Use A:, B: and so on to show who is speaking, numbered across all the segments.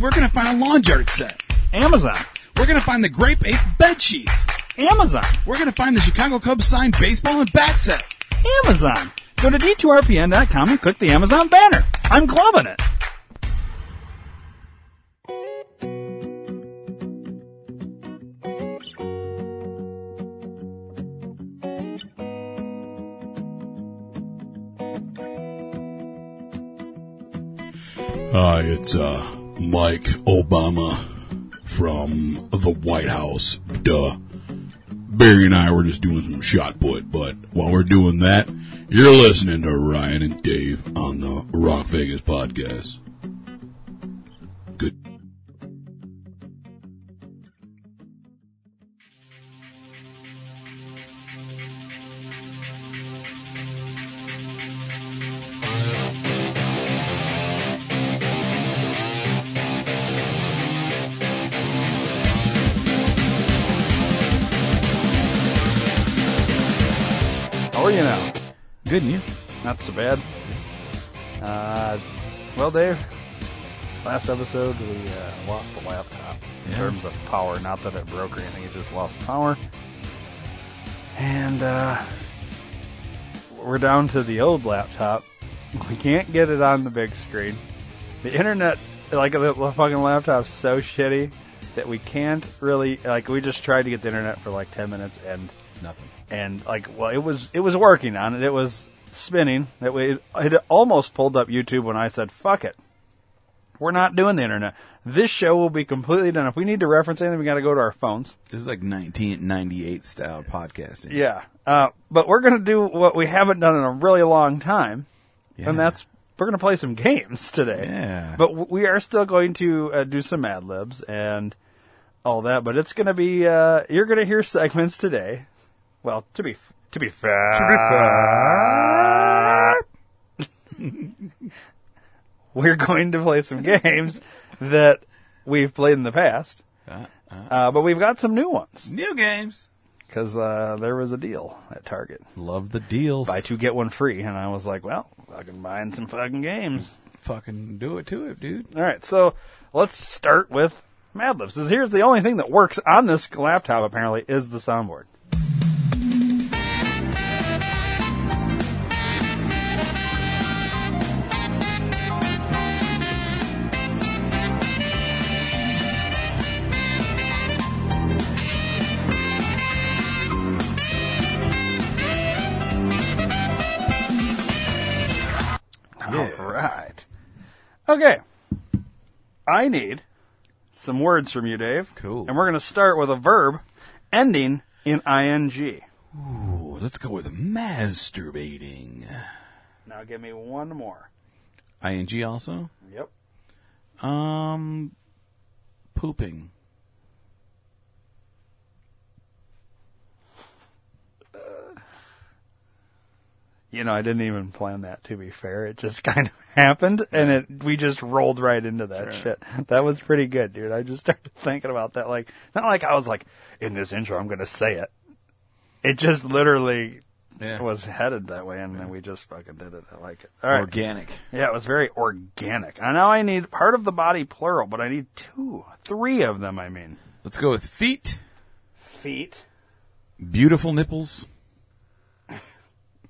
A: we're going to find a lawn yard set.
B: Amazon.
A: We're going to find the Grape Ape bed sheets.
B: Amazon.
A: We're going to find the Chicago Cubs signed baseball and bat set.
B: Amazon. Go to d2rpn.com and click the Amazon banner. I'm clubbing it.
C: Hi, it's uh, Mike Obama from the White House. Duh. Barry and I were just doing some shot put, but while we're doing that, you're listening to Ryan and Dave on the Rock Vegas podcast. Good.
B: How are you now? Good and you? Not so bad. Uh, well, Dave, last episode we uh, lost the laptop in
A: Yeah.
B: terms of power. Not that it broke or anything, it just lost power. And uh, we're down to the old laptop. We can't get it on the big screen. The internet, like the the fucking laptop's so shitty that we can't really, like, we just tried to get the internet for like 10 minutes and
A: Nothing.
B: and like well it was it was working on it it was spinning that way it almost pulled up youtube when i said fuck it we're not doing the internet this show will be completely done if we need to reference anything we got to go to our phones
A: This is like 1998 style podcasting.
B: yeah uh, but we're going to do what we haven't done in a really long time
A: Yeah.
B: and that's we're going to play some games today
A: Yeah.
B: but w- we are still going to uh, do some ad libs and all that but it's going to be uh, you're going to hear segments today well to be f- to be fair to be fair we're going to play some games that we've played in the past
A: Uh, uh,
B: uh, but we've got some new ones
A: new games.
B: because uh, there was a deal at target
A: Love the deals.
B: buy two get one free and i was like well fucking buying some fucking games
A: Fucking do it to it, dude.
B: All right, so let's start with Mad Libs. Here's the only thing that works on this laptop apparently is the soundboard. All right. Okay. I need some words from you, Dave.
A: Cool.
B: And we're going to start with a verb ending in ing.
C: Ooh, let's go with masturbating.
B: Now give me one more.
C: Ing also.
B: Yep.
C: Um, pooping.
B: You know, I didn't even plan that to be fair. It just kind of happened and it we just rolled right into that shit. That was pretty good, dude. I just started thinking about that like not like I was like in this intro I'm going to say it. It just literally
A: Yeah.
B: was headed that way and then we just fucking did it. I like it. All right.
A: Organic.
B: Yeah, it was very organic. I know I need part of the body plural, but I need two, three of them, I mean.
A: Let's go with feet.
B: Feet.
A: Beautiful nipples.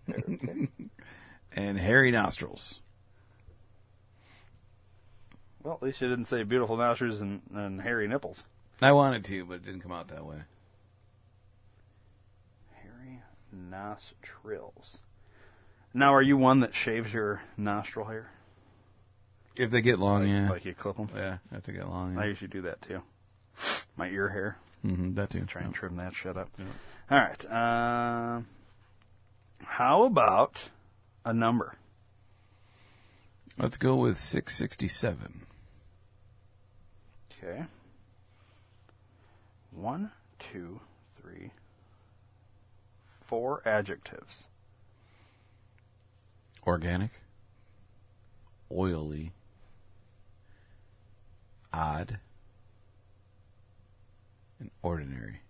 A: and hairy nostrils.
B: Well, at least you didn't say beautiful nostrils and, and hairy nipples.
A: I wanted to, but it didn't come out that way.
B: Hairy nostrils. Now, are you one that shaves your nostril hair?
A: If they get long, yeah.
B: Like you clip them?
A: yeah, if they get long.
B: I
A: Yeah.
B: usually do that too. My ear hair.
A: hmm that too.
B: Try and trim that shit up. All right. Um how about a number?
A: Let's go with 667.
B: Okay. One, two, three, four adjectives.
A: Organic. Oily. Odd. And ordinary.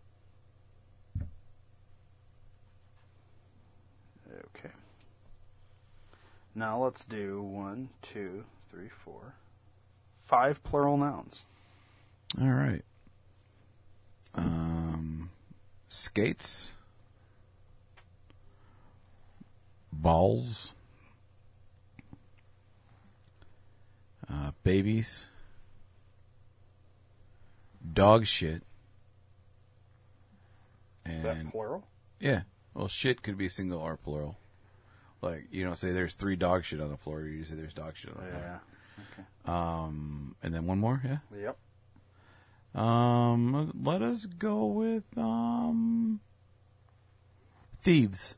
B: Okay. Now let's do one, two, three, four, five plural nouns.
A: All right. Um, skates, balls, uh, babies, dog shit,
B: Is that
A: and
B: plural?
A: yeah. Well, shit could be single or plural. Like you don't say there's three dog shit on the floor. You say there's dog shit on the floor.
B: Yeah.
A: Um, and then one more. Yeah.
B: Yep.
A: Um, let us go with um, thieves.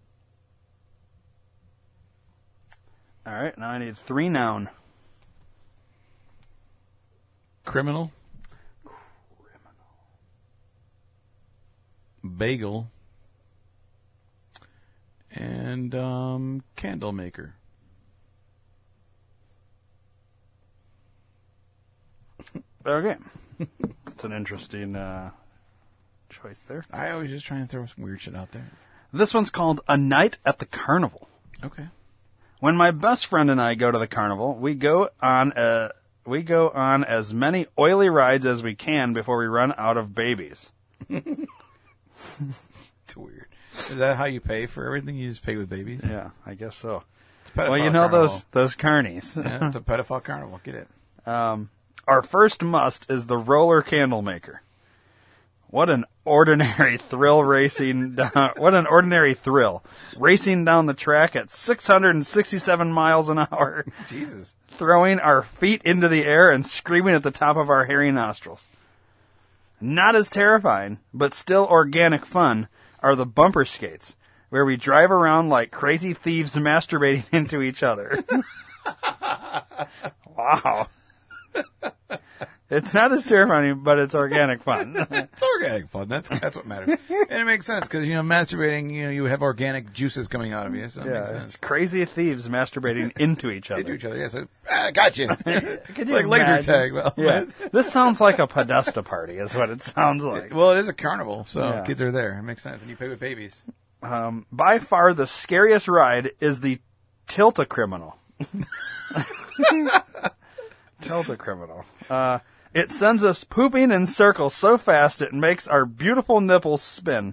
B: All right. Now I need three noun.
A: Criminal. Bagel. And um, candle maker.
B: Okay. It's an interesting uh, choice there.
A: I always just try and throw some weird shit out there.
B: This one's called A Night at the Carnival.
A: Okay.
B: When my best friend and I go to the carnival, we go on uh we go on as many oily rides as we can before we run out of babies.
A: It's weird. Is that how you pay for everything? You just pay with babies?
B: Yeah, I guess so.
A: It's pedophile
B: well, you know
A: carnival.
B: those those carnies.
A: yeah, it's a pedophile carnival. Get it.
B: Um, our first must is the roller candle maker. What an ordinary thrill racing down, what an ordinary thrill racing down the track at 667 miles an hour,
A: Jesus.
B: throwing our feet into the air and screaming at the top of our hairy nostrils. Not as terrifying, but still organic fun are the bumper skates, where we drive around like crazy thieves masturbating into each other. wow. It's not as terrifying, but it's organic fun.
A: It's organic fun. That's that's what matters, and it makes sense because you know masturbating, you know, you have organic juices coming out of you, so it makes
B: yeah, it's
A: sense.
B: crazy thieves masturbating into each
A: They
B: other.
A: do each other. Yeah, so ah, gotcha. it's
B: you
A: like laser
B: imagine?
A: tag. Well,
B: Yeah.
A: it's-
B: This sounds like a Podesta party, is what it sounds like.
A: well, it is a carnival, so
B: Yeah.
A: kids are there. It makes sense, and you play with babies.
B: by far the scariest ride is the Tilt a Criminal. Tilt a Criminal. Uh, it sends us pooping in circles so fast it makes our beautiful nipples spin.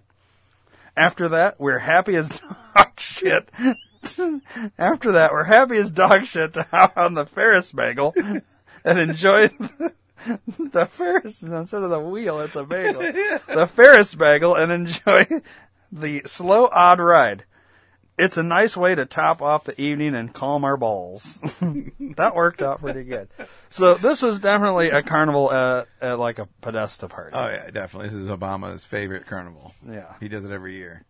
B: After that, we're happy as dog shit. After that, we're happy as dog shit to hop on the Ferris bagel and enjoy the Ferris instead of the wheel, it's a bagel. the Ferris bagel and enjoy the slow, odd ride. It's a nice way to top off the evening and calm our balls. that worked out pretty good. So this was definitely a carnival at, at like a Podesta party.
A: Oh yeah, definitely. This is Obama's favorite carnival.
B: yeah,
A: He does it every year,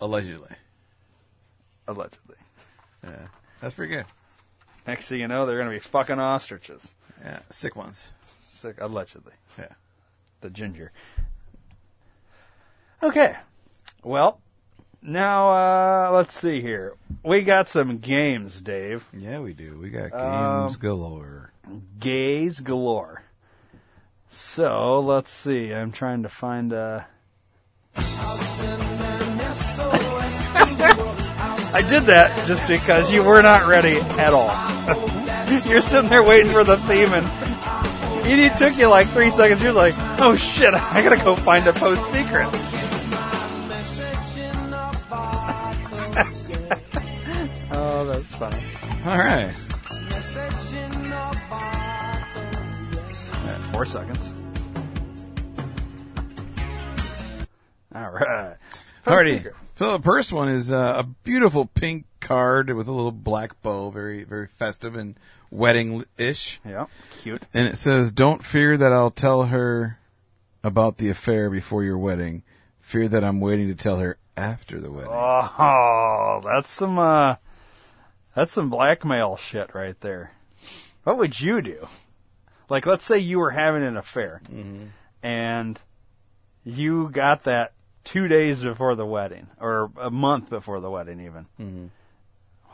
A: allegedly.
B: allegedly.
A: Yeah, that's pretty good.
B: Next thing you know, they're going to be fucking ostriches.
A: Yeah, sick ones.
B: Sick, allegedly.
A: Yeah.
B: the ginger. Okay. Well, now uh, let's see here. We got some games, Dave.
A: Yeah, we do. We got games galore.
B: Gays galore. So let's see. I'm trying to find a. I did that just because you were not ready at all. You're sitting there waiting for the theme, and it it took you like three seconds. You're like, "Oh shit, I gotta go find a post secret." oh, that's funny.
A: All right.
B: Alright, four seconds. All right.
A: Alrighty. So the first one is uh, a beautiful pink card with a little black bow, very very festive and wedding ish.
B: Yeah, cute.
A: And it says, "Don't fear that I'll tell her about the affair before your wedding. Fear that I'm waiting to tell her after the wedding."
B: Oh, that's some uh, that's some blackmail shit right there. What would you do? Like, let's say you were having an affair, and you got that two days before the wedding, or a month before the wedding, even.
A: Mhm.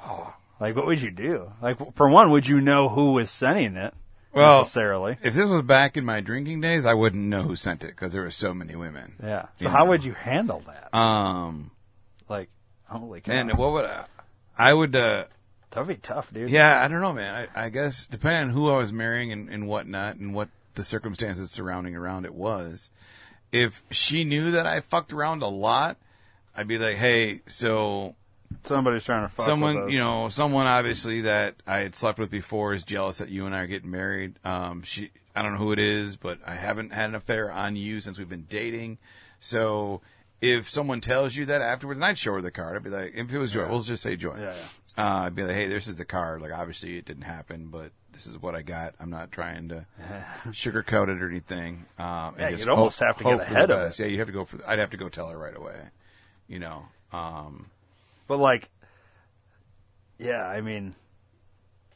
B: Oh, like, what would you do? Like, for one, would you know who was sending it?
A: Well-
B: necessarily.
A: If this was back in my drinking days, I wouldn't know who sent it because there were so many women.
B: Yeah. So
A: Yeah.
B: how would you handle that?
A: Um,
B: Like, holy cow.
A: man, what would I? I would. Uh,
B: That'd be tough, dude.
A: Yeah, I don't know, man. I, I guess depending on who I was marrying and, and whatnot and what the circumstances surrounding around it was, if she knew that I fucked around a lot, I'd be like, hey, so
B: Somebody's trying to fuck with
A: someone,
B: us.
A: you know, someone obviously that I had slept with before is jealous that you and I are getting married. Um, she, I don't know who it is, but I haven't had an affair on you since we've been dating. So if someone tells you that afterwards, and I'd show her the card, I'd be like, if it was Joy, we'll just say Joy.
B: Yeah, yeah.
A: Uh, I'd be like, hey, this is the card. Like, obviously it didn't happen, but this is what I got. I'm not trying to sugarcoat it or anything. Um, and
B: Yeah,
A: just
B: you'd almost
A: hope-
B: have to get
A: hope for the
B: ahead of it.
A: best. Yeah, you have to go for. The, I'd have to go tell her right away. You know. Um,
B: But like, yeah, I mean,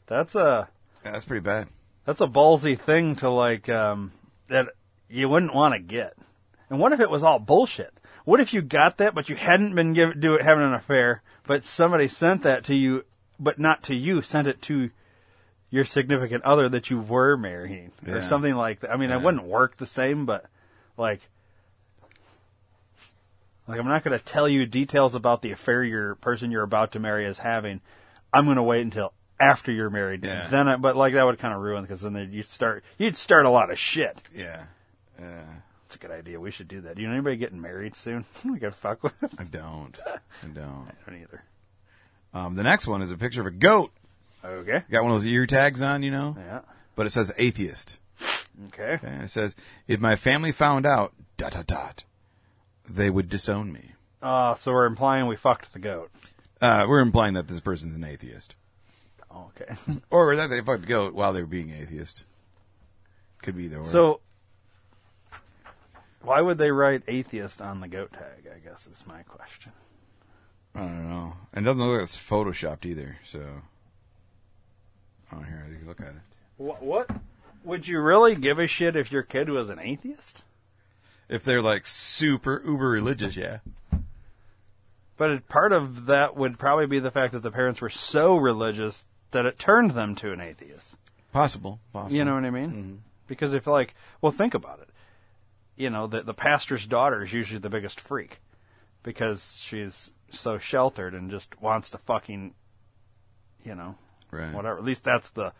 B: that's a
A: yeah, that's pretty bad.
B: that's a ballsy thing to like um, that you wouldn't want to get. And what if it was all bullshit? What if you got that, but you hadn't been give, do having an affair, but somebody sent that to you, but not to you, sent it to your significant other that you were marrying or
A: Yeah.
B: something like that. I mean,
A: Yeah.
B: it wouldn't work the same, but like, like I'm not going to tell you details about the affair your person you're about to marry is having. I'm going to wait until after you're married.
A: Yeah.
B: Then, I, but like that would kind of ruin because then you start you'd start a lot of shit.
A: Yeah. Uh,
B: It's a good idea. We should do that. Do you know anybody getting married soon? we could fuck with. I
A: I don't. I don't.
B: don't either.
A: Um, the next one is a picture of a goat.
B: Okay.
A: Got one of those ear tags on, you know,
B: Yeah.
A: but it says atheist.
B: Okay.
A: Okay? It says, if my family found out, dot, dot, dot, they would disown me.
B: Uh, so we're implying we fucked the goat.
A: Uh, we're implying that this person's an atheist.
B: Okay.
A: Or that they fucked a goat while they were being atheist. Could be either or.
B: so why would they write atheist on the goat tag? I guess is my question.
A: I don't know. And it doesn't look like it's photoshopped either, so. Oh, here, you can look at it.
B: What? what? Would you really give a shit if your kid was an atheist?
A: If they're like super uber religious, yeah.
B: But it- part of that would probably be the fact that the parents were so religious that it turned them to an atheist.
A: Possible. Possible.
B: You know what I mean? Because if like, well, think about it. You know, the the pastor's daughter is usually the biggest freak because she's so sheltered and just wants to fucking, you know,
A: Right.
B: whatever. At least that's the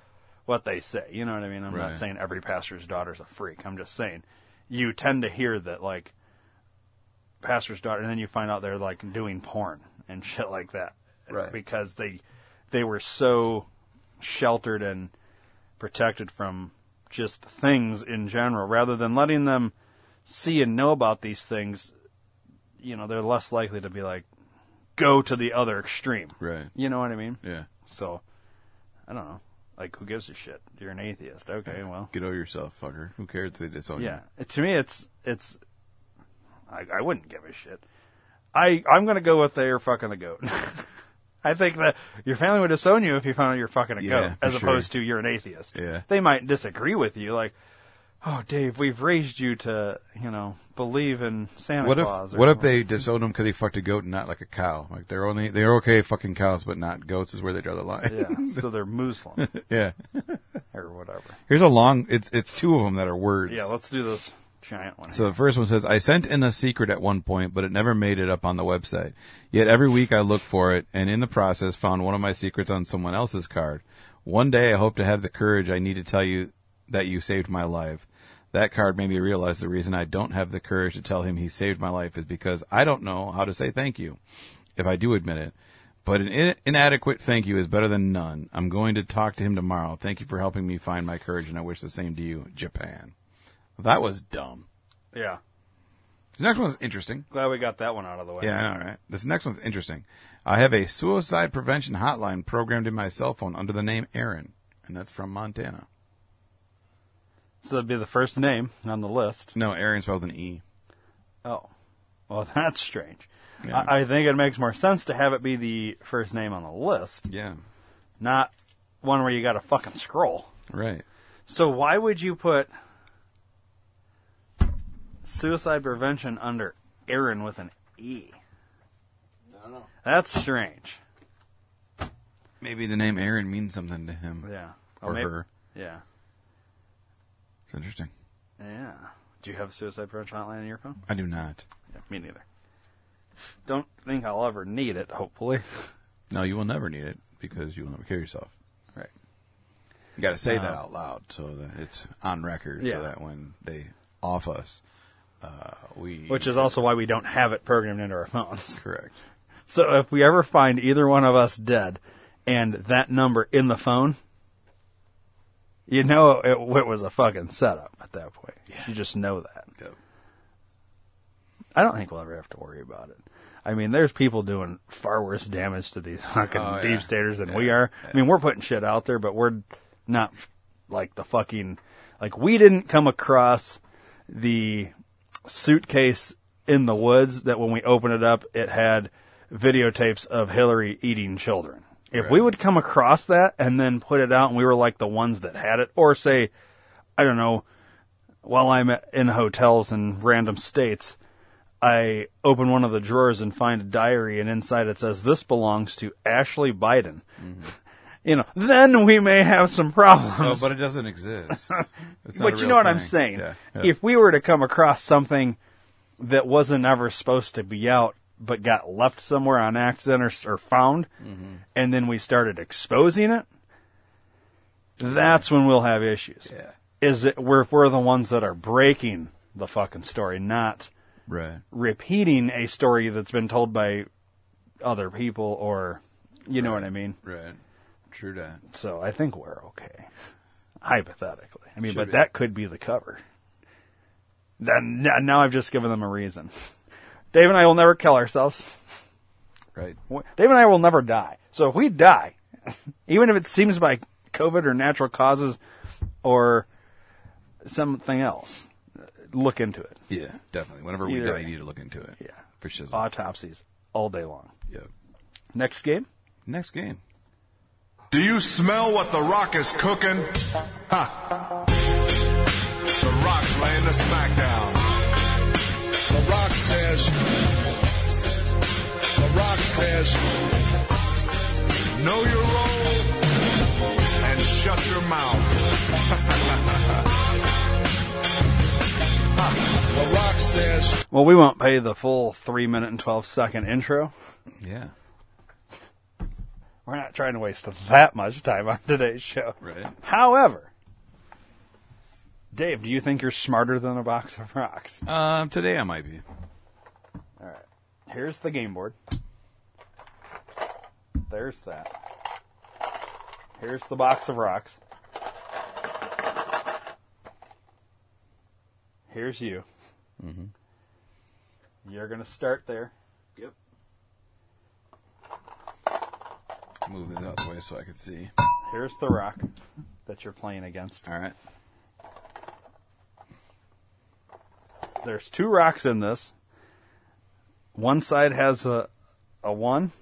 B: what they say. You know what I mean? I'm
A: Right.
B: not saying every pastor's daughter's a freak. I'm just saying you tend to hear that like pastor's daughter, and then you find out they're like doing porn and shit like that,
A: Right.
B: Because they they were so sheltered and protected from just things in general, rather than letting them see and know about these things. You know, they're less likely to be like go to the other extreme.
A: Right.
B: You know what I mean?
A: Yeah.
B: So, I don't know. Like, who gives a shit? You're an atheist. Okay, well,
A: Get over yourself, fucker. Who cares if they disown
B: yeah. To me, it's it's. I, I wouldn't give a shit. I I'm gonna go with they are fucking the goat. I think that your family would disown you if you found out you're fucking a
A: Yeah,
B: goat,
A: for
B: as
A: sure.
B: opposed to you're an atheist.
A: Yeah.
B: They might disagree with you, like, oh, Dave, we've raised you to you know believe in Santa
A: What if
B: Claus. or
A: what if
B: something."
A: they disowned him because he fucked a goat and not like a cow? Like they're only they're okay fucking cows, but not goats is where they draw the line.
B: Yeah, so they're Muslim
A: Yeah.
B: or whatever.
A: Here's a long. It's it's two of them that are words.
B: Yeah, let's do this giant one.
A: so the first one says, "I sent in a secret at one point, but it never made it up on the website. Yet every week I look for it, and in the process found one of my secrets on someone else's card. One day I hope to have the courage I need to tell you that you saved my life. That card made me realize the reason I don't have the courage to tell him he saved my life is because I don't know how to say thank you, if I do admit it. But an in- inadequate thank you is better than none. I'm going to talk to him tomorrow. Thank you for helping me find my courage, and I wish the same to you, Japan. That was dumb.
B: yeah,
A: This next one's interesting.
B: glad we got that one out of the way.
A: Yeah, I know, right? This next one's interesting. I have a suicide prevention hotline programmed in my cell phone under the name Aaron, and that's from Montana.
B: So that'd be the first name on the list.
A: No, Aaron spelled an E.
B: Oh, well, that's strange.
A: Yeah.
B: I, I think it makes more sense to have it be the first name on the list,
A: Yeah,
B: not one where you got to fucking scroll.
A: right.
B: So why would you put suicide prevention under Aaron with an E?
A: I don't know.
B: That's strange.
A: Maybe the name Aaron means something to him
B: Yeah.
A: or
B: mayb-
A: her.
B: Yeah.
A: It's interesting.
B: Yeah. Do you have a suicide prevention hotline on your phone?
A: I do not.
B: Yeah, me neither. Don't think I'll ever need it, hopefully.
A: No, you will never need it. because you will never kill yourself.
B: Right.
A: You got to say that out loud so that it's on record,
B: Yeah.
A: so that when they off us, uh, we
B: Which is also why we don't have it programmed into our phones.
A: correct.
B: So if we ever find either one of us dead and that number in the phone, you know it, it was a fucking setup at that point. You just know that.
A: Yep.
B: I don't think we'll ever have to worry about it. I mean, there's people doing far worse damage to these fucking
A: Oh, yeah.
B: deep staters than we
A: Yeah,
B: are. I mean, we're putting shit out there, but we're not like the fucking like we didn't come across the suitcase in the woods that when we opened it up, it had videotapes of Hillary eating children. If we
A: Right.
B: would come across that and then put it out and we were like the ones that had it, or say, I don't know, while I'm at- in hotels in random states, I open one of the drawers and find a diary, and inside it says, This belongs to Ashley Biden. you know, then we may have some problems.
A: No, but it doesn't exist. It's not a
B: But you
A: real
B: know what I'm
A: thing.
B: saying?
A: Yeah. Yeah.
B: If we were to come across something that wasn't ever supposed to be out but got left somewhere on accident or, s- or found,
A: Mm-hmm.
B: and then we started exposing it, that's when we'll have issues.
A: yeah,
B: Is it we're, we're the ones that are breaking the fucking story, not
A: right.
B: repeating a story that's been told by other people or you know what I mean?
A: Right. True that.
B: So I think we're okay. Hypothetically. I mean,
A: Should
B: but
A: be.
B: that could be the cover. Then n- now I've just given them a reason. Dave and I will never kill ourselves.
A: Right.
B: W- Dave and I will never die. So if we die, even if it seems by COVID or natural causes or something else, look into it.
A: Yeah, definitely. Whenever we
B: Either
A: die,
B: way.
A: you need to look into it.
B: Yeah.
A: For shizzle.
B: Autopsies all day long.
A: Yep.
B: Next game?
A: Next game.
D: Do you smell what The Rock is cooking? Ha! The Rock's laying the smackdown. The Rock says. The Rock says. Know your role and shut your mouth. Ha. the Rock says.
B: Well, we won't pay the full three minute and 12 second intro.
A: Yeah.
B: We're not trying to waste that much time on today's show.
A: Right.
B: However, Dave, do you think you're smarter than a box of rocks?
A: Um, today I might be.
B: Here's the game board. There's that. Here's the box of rocks. Here's you. You're going to start there.
A: Yep. Move this out of the way so I can see.
B: Here's the rock that you're playing against.
A: All right.
B: there's two rocks in this. One side has a a one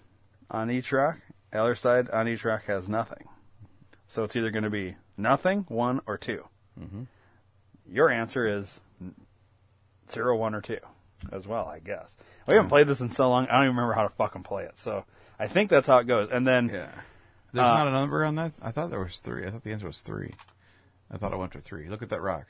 B: on each rock. The other side on each rock has nothing. So it's either going to be nothing, one, or 2 Your answer is n- zero, one, or two, as well. I guess we haven't played this in so long. I don't even remember how to fucking play it. So I think that's how it goes. And then
A: Yeah. There's
B: Uh,
A: not a number on that? I thought there was three. I thought the answer was three. I thought I went to three. Look at that rock.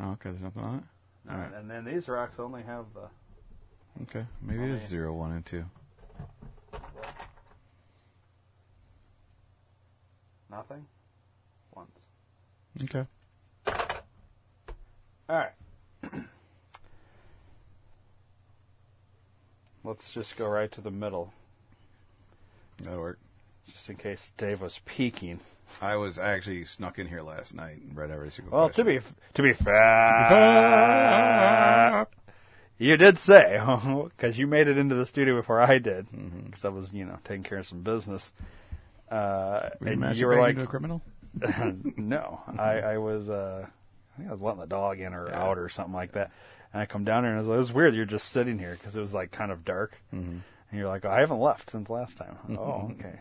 A: Oh, okay. There's nothing on it?
B: and then these rocks only have uh, the
A: Okay. Maybe it is zero, one, and two.
B: nothing, once.
A: Okay.
B: All right. Let's just go right to the middle,
A: That'll work.
B: just in case Dave was peeking.
A: I was I actually snuck in here last night and read every single
B: Well, to
A: question.
B: be to be fair, you did say because you made it into the studio before I did, because
A: Mm-hmm.
B: I was you know taking care of some business. Uh,
A: Were you
B: and
A: masturbating
B: you were like,
A: to a Mm-hmm. criminal?
B: no, I, I was, uh, I think I was letting the dog in or out or something like that. And I come down here and I was like, it was weird. You're just sitting here because it was like kind of dark.
A: Mm-hmm.
B: And you're like, I haven't left since last time. oh, okay.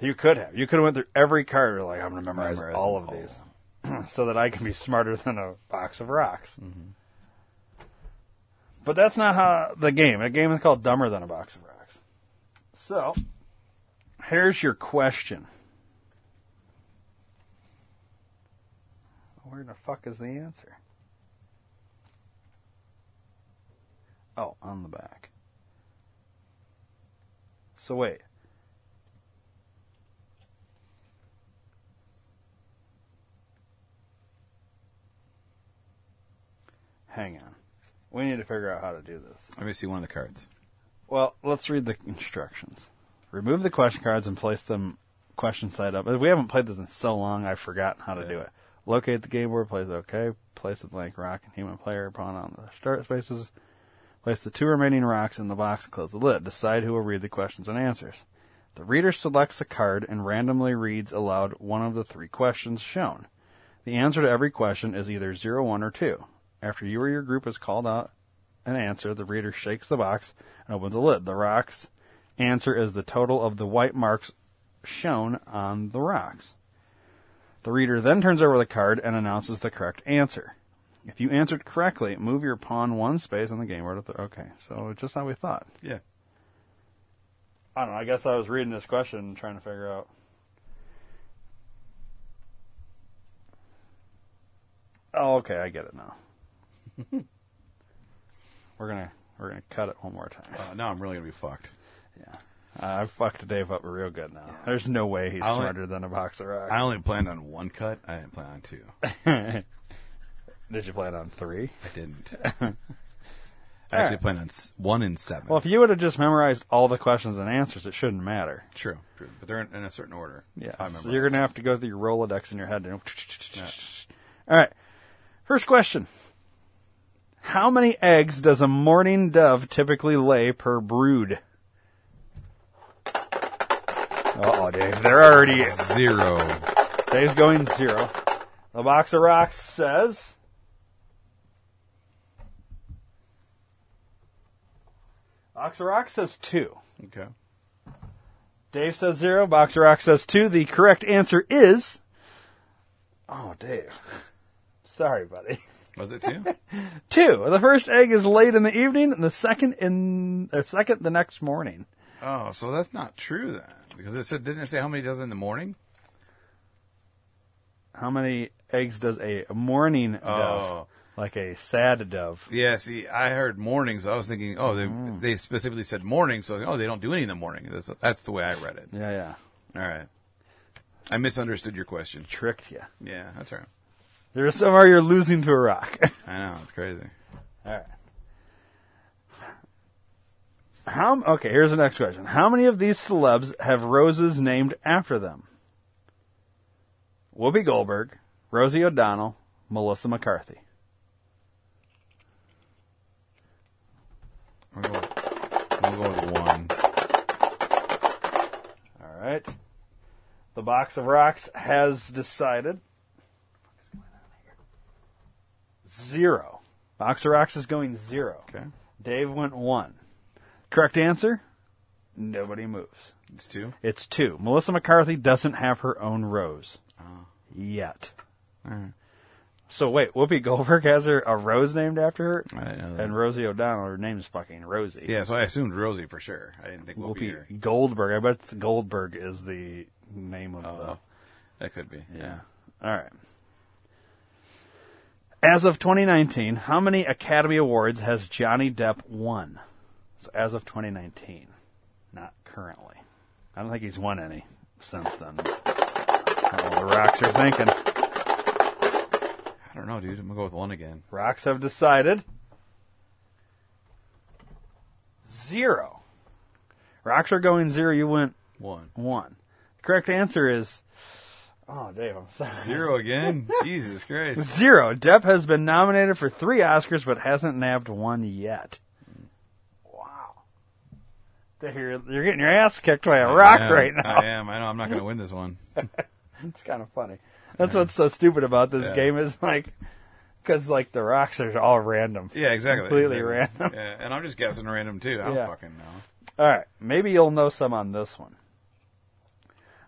B: You could have. You could have went through every card. You're like, I'm going to memorize
A: Memorizing
B: all of
A: all.
B: these so that I can be smarter than a box of rocks.
A: Mm-hmm.
B: But that's not how the game. The game is called Dumber Than a Box of Rocks. So, here's your question. Where the fuck is the answer? Oh, on the back. So wait. Hang on. We need to figure out how to do this.
A: Let me see one of the cards.
B: Well, let's read the instructions. Remove the question cards and place them question side up. We haven't played this in so long, I've forgotten how to
A: Yeah.
B: do it. Locate the game board, place OK, place a blank rock and human player pawn on the start spaces, place the two remaining rocks in the box, close the lid. Decide who will read the questions and answers. The reader selects a card and randomly reads aloud one of the three questions shown. The answer to every question is either 0, 1, or 2. After you or your group is called out an answer, the reader shakes the box and opens the lid. The rock's answer is the total of the white marks shown on the rocks. The reader then turns over the card and announces the correct answer. If you answered correctly, move your pawn one space on the game board. At the, okay, so just how we thought.
A: Yeah.
B: I don't know. I guess I was reading this question and trying to figure out. Oh, okay, I get it now. we're gonna we're gonna cut it one more time.
A: Uh, now I'm really gonna be fucked.
B: Uh, I fucked Dave up real good now. There's no way he's
A: I'll-
B: smarter than a box of
A: I
B: rocks.
A: only planned on one cut. I didn't plan on two. I
B: Did you play it on three?
A: didn't. I actually planned on s- one in seven.
B: Well, if you would have just memorized all the questions and answers, it shouldn't matter.
A: true, true, but they're in, in a certain order.
B: Yeah,
A: That's how I remember.
B: so you're gonna have to go through your Rolodex in your head. And... All right. First question: How many eggs does a mourning dove typically lay per brood? Uh oh, Dave. They're already.
A: zero.
B: Dave's going zero. The box of rocks says. Box of rocks says two.
A: Okay.
B: Dave says zero. Boxer Rock says two. The correct answer is. Oh, Dave. Sorry, buddy.
A: Was it two?
B: Two. The first egg is laid in the evening, and the second in or second the next morning.
A: oh, so that's not true then, because it said didn't it say how many does it in the morning?
B: How many eggs does a morning dove,
A: Oh.
B: like a sad dove?
A: Yeah, see, I heard mornings. I was thinking, oh, they they specifically said morning, so oh, they don't do any in the morning. That's, that's the way I read it.
B: Yeah, yeah.
A: All right, I misunderstood your question.
B: Tricked you.
A: Yeah, that's right.
B: There's somewhere you're losing to a rock.
A: I know it's crazy.
B: All right. How okay? Here's the next question. How many of these celebs have roses named after them? Whoopi Goldberg, Rosie O'Donnell, Melissa McCarthy.
A: We'll go, we'll go with one.
B: All right. The box of rocks has decided. Zero. Box of rocks is going zero.
A: Okay,
B: Dave went one. Correct answer. Nobody moves.
A: it's two.
B: It's two. Melissa McCarthy doesn't have her own rose yet.
A: Alright.
B: So wait, Whoopi Goldberg has her a rose named after her,
A: I didn't know that.
B: and Rosie O'Donnell. Her name's fucking Rosie.
A: yeah, so I assumed Rosie for sure. I didn't think Whoopi. or-
B: Whoopi Goldberg. I bet it's Goldberg is the name of
A: Oh, that could be.
B: the. Yeah. All right. As of 2019, how many Academy Awards has Johnny Depp won? So as of 2019, not currently. I don't think he's won any since then. Oh, the rocks are thinking.
A: I don't know, dude. I'm gonna go with one again.
B: Rocks have decided. Zero. Rocks are going zero. You went
A: One.
B: one. The correct answer is. Oh, Dave, I'm sorry.
A: Zero again? Jesus Christ.
B: Zero. Depp has been nominated for three Oscars but hasn't nabbed one yet. Wow. Dave, You're, you're getting your ass kicked by a rock
A: I am.
B: right now.
A: I am. I know I'm not gonna win this one.
B: It's kind of funny. That's what's so stupid about this
A: Yeah.
B: game is like, because like the rocks are all random.
A: Yeah, exactly.
B: Completely
A: Exactly.
B: random.
A: Yeah, and I'm just guessing random too. I don't
B: Yeah.
A: fucking know.
B: All right, maybe you'll know some on this one.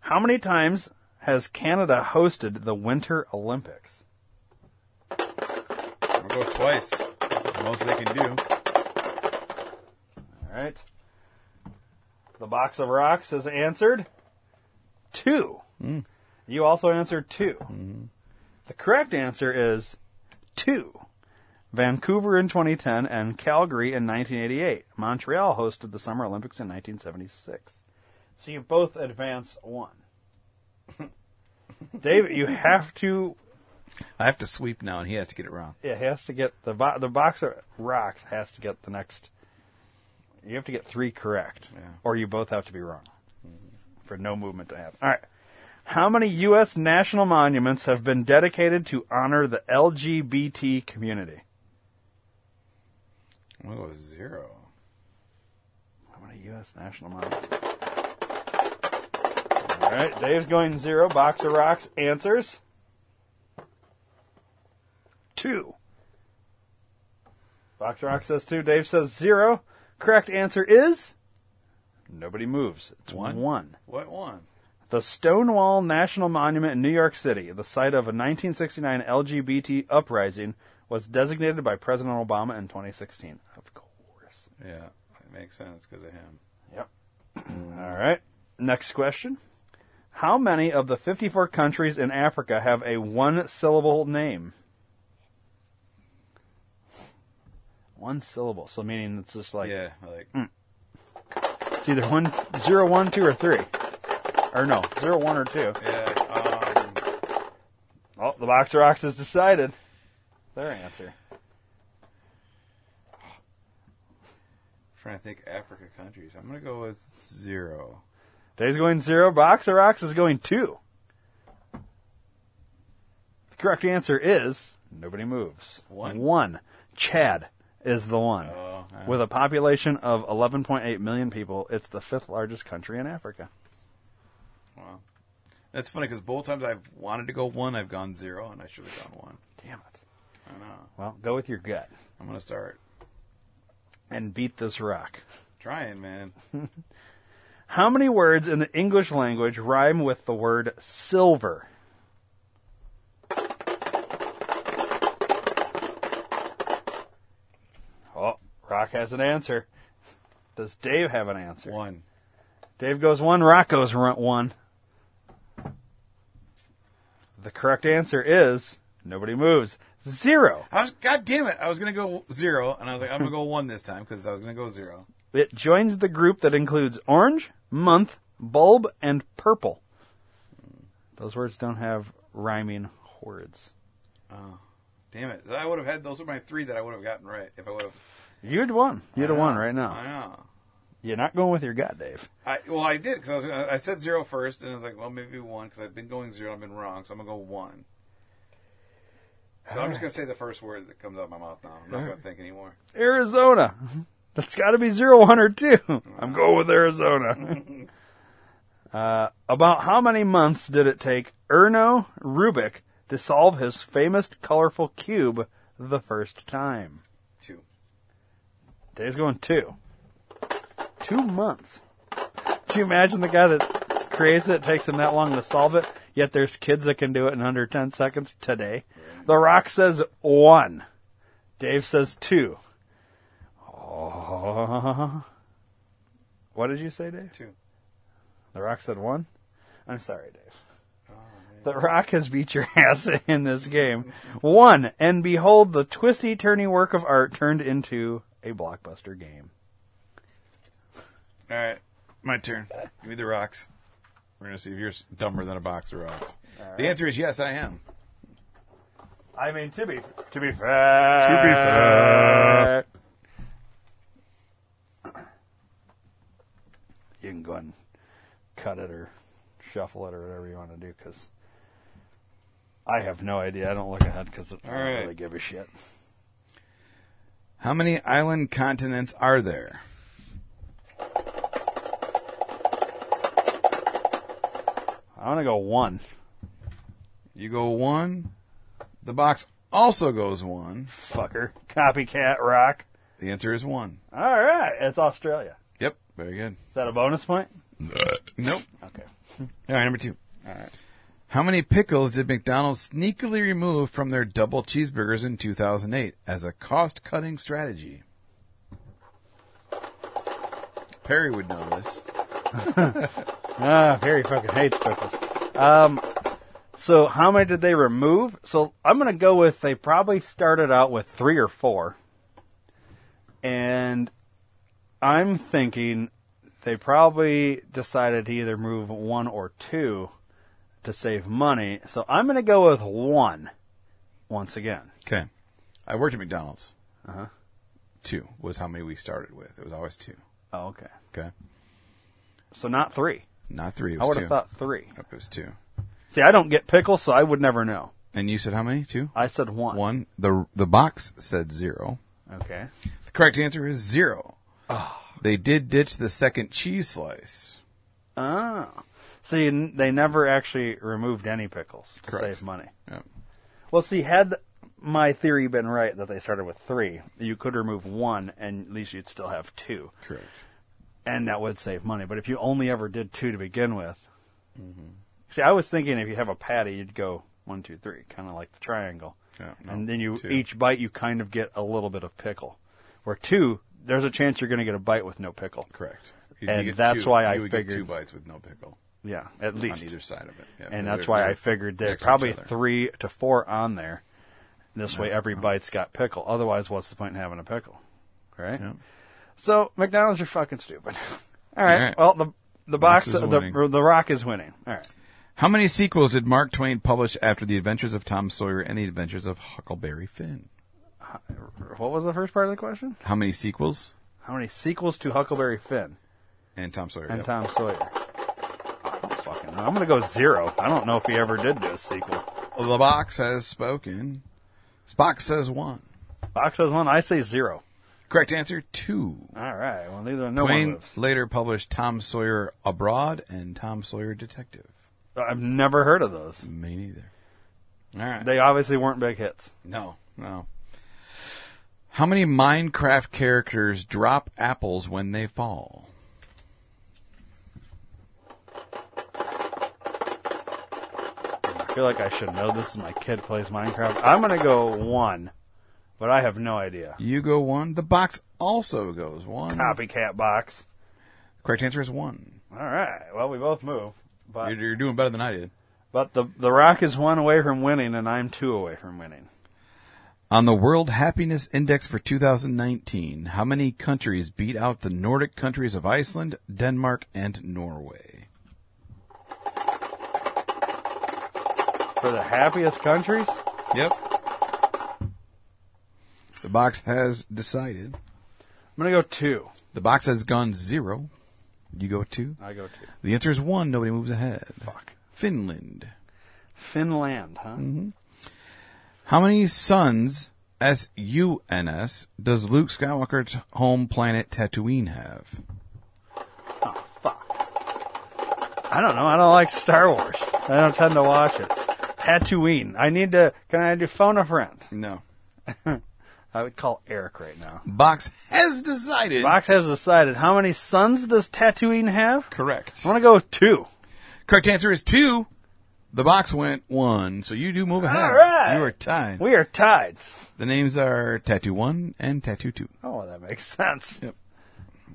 B: How many times has Canada hosted the Winter Olympics?
A: I'll go twice. The most they can do.
B: All right. The box of rocks has answered two. You also answered 2 The correct answer is two. Vancouver in 2010 and Calgary in 1988. Montreal hosted the Summer Olympics in 1976. So you both advance one. David, you have to.
A: I have to sweep now, and he has to get it wrong.
B: It has to get the bo- the box of rocks has to get the next. You have to get three correct,
A: Yeah.
B: or you both have to be wrong for no movement to happen. All right. How many U.S. national monuments have been dedicated to honor the LGBT community?
A: I'm gonna go with zero.
B: How many U.S. national monuments? All right, Dave's going zero. Box of Rocks answers two. Box of Rocks says two. Dave says zero. Correct answer is nobody moves. It's
A: One?
B: one
A: What one?
B: the Stonewall National Monument in New York City, the site of a 1969 LGBT uprising, was designated by President Obama in 2016. Of course.
A: Yeah, it makes sense because of him.
B: All right. Next question. How many of the 54 countries in Africa have a one syllable name? One syllable. So, meaning it's just like,
A: yeah, like
B: it's either one, zero, one, two, or three. Or no, zero, one, or two.
A: yeah. Um,
B: Oh, the Box of Rocks has decided their answer.
A: trying to think Africa countries. I'm gonna go with zero.
B: Dave's going zero. Box of Rocks is going two. The correct answer is nobody moves.
A: One.
B: One. Chad is the one.
A: Oh, yeah.
B: With a population of 11.8 million people, it's the fifth largest country in Africa.
A: Wow. That's funny because both times I've wanted to go one, I've gone zero, and I should have gone one.
B: Damn it.
A: I know.
B: Well, go with your gut
A: I'm gonna start
B: and beat this rock.
A: trying, man.
B: How many words in the English language rhyme with the word silver? Oh, Rock has an answer. Does Dave have an answer?
A: One.
B: Dave goes one, Rock goes run- one. The correct answer is nobody moves. Zero.
A: I was. God damn it! I was gonna go zero, and I was like, I'm gonna go one this time because I was gonna go zero.
B: It joins the group that includes orange, month, bulb, and purple. Those words don't have rhyming words.
A: Oh, damn it! I would have had those were my three that I would have gotten right if I would have.
B: You'd won. You'd have
A: I know.
B: won right now.
A: I know.
B: You're not going with your gut, Dave.
A: I well, I did because I was. Gonna, I said zero first, and I was like, well, maybe one because I've been going zero. I've been wrong, so I'm gonna go one. So I'm just gonna say the first word that comes out of my mouth now. I'm not gonna think anymore.
B: Arizona. That's got to be zero, one, or two. I'm going with Arizona. uh, about how many months did it take Erno Rubik to solve his famous colorful cube the first time?
A: Two.
B: Dave's going two. Two months. Can you imagine the guy that creates it, takes him that long to solve it, yet there's kids that can do it in under 10 seconds today? The Rock says one. Dave says two. Oh. What did you say, Dave?
A: Two.
B: The Rock said one? I'm sorry, Dave. The Rock has beat your ass in this game. One, and behold, the twisty, turny work of art turned into a blockbuster game.
A: All right, my turn. Give me the rocks. We're gonna see if you're s- dumber than a box of rocks. The answer is yes, I am.
B: I mean, to be to be fair, to be fair, you can go and cut it or shuffle it or whatever you want to do. Because I have no idea. I don't look ahead because I don't
A: right.
B: really give a shit.
A: How many island continents are there?
B: I want to go one.
A: You go one. The box also goes one.
B: Fucker, copycat, rock.
A: The answer is one.
B: All right, it's Australia.
A: Yep. Very good.
B: Is that a bonus point?
A: Nope.
B: Okay.
A: All right, number two. All right. How many pickles did McDonald's sneakily remove from their double cheeseburgers in 2008 as a cost-cutting strategy? Perry would know this.
B: Ah, Perry fucking hates pickles. Um, so how many did they remove? So I'm gonna go with they probably started out with three or four, and I'm thinking they probably decided to either move one or two to save money. So I'm going to go with one once again.
A: Okay. I worked at McDonald's.
B: Uh-huh.
A: Two was how many we started with. It was always two.
B: Oh, okay.
A: Okay.
B: So not three.
A: Not three. It
B: I
A: was
B: would
A: two.
B: have thought three.
A: Nope, it was two.
B: See, I don't get pickles, so I would never know.
A: And you said how many? Two?
B: I said one.
A: One. The the box said zero.
B: Okay.
A: The correct answer is zero.
B: Ah.
A: They did ditch the second cheese slice.
B: Oh. See, n- they never actually removed any pickles to
A: Correct.
B: save money.
A: Yep.
B: Well, see, had my theory been right that they started with three, you could remove one, and at least you'd still have two,
A: Correct.
B: and that would save money. But if you only ever did two to begin with,
A: Mm-hmm.
B: see, I was thinking if you have a patty, you'd go one, two, three, kind of like the triangle,
A: Yeah, no,
B: and then you
A: two.
B: each bite you kind of get a little bit of pickle. Where two, there's a chance you're going to get a bite with no pickle.
A: Correct.
B: And
A: get
B: that's
A: two-
B: why I
A: you would get
B: figured-
A: two bites with no pickle
B: Yeah, at least
A: on either side of it. Yeah,
B: and
A: they're-
B: that's why I
A: they're
B: figured there
A: next to
B: probably
A: each other.
B: three to four on there. This way, every bite's got pickle. Otherwise, what's the point in having a pickle, right?
A: Yep.
B: So McDonald's are fucking stupid. All right.
A: All right.
B: Well, the the box,
A: is
B: the,
A: winning.
B: the rock is winning. All right.
A: How many sequels did Mark Twain publish after The Adventures of Tom Sawyer and The Adventures of Huckleberry Finn?
B: What was the first part of the question?
A: How many sequels?
B: How many sequels to Huckleberry Finn
A: And Tom Sawyer.
B: and
A: yep.
B: Tom Sawyer? I don't fucking know. I'm gonna go zero. I don't know if he ever did do a sequel.
A: The box has spoken. Spock says one.
B: Box says one. I say zero.
A: Correct answer two.
B: All right. Well, neither no one
A: Twain
B: lives.
A: later published Tom Sawyer Abroad and Tom Sawyer Detective.
B: I've never heard of those.
A: Me neither. All right.
B: They obviously weren't big hits.
A: no, no. How many Minecraft characters drop apples when they fall?
B: I feel like I should know this is my kid plays Minecraft. I'm gonna go one, but I have no idea.
A: You go one. The box also goes one.
B: Copycat box.
A: Correct answer is one.
B: All right. Well, we both move, but
A: You're, you're doing better than I did.
B: but the the Rock is one away from winning, and I'm two away from winning.
A: On the World Happiness Index for 2019, how many countries beat out the Nordic countries of Iceland, Denmark, and Norway?
B: For the happiest countries,
A: Yep. The box has decided.
B: I'm gonna go two.
A: The box has gone zero. You go two.
B: I go two.
A: The answer is one. Nobody moves ahead.
B: Fuck.
A: Finland.
B: Finland, huh?
A: How many suns, S U N S, does Luke Skywalker's home planet Tatooine have?
B: Oh, I don't know. I don't like Star Wars. I don't tend to watch it. Tatooine. I need to. Can I do phone a friend?
A: No.
B: I would call Eric right now.
A: Box has decided.
B: Box has decided. How many sons does Tatooine have?
A: Correct.
B: I want to go with two.
A: Correct answer is two. The box went one, so you do move ahead.
B: All right.
A: You are tied.
B: We are tied.
A: The names are Tattoo One and Tattoo Two.
B: Oh, that makes sense.
A: All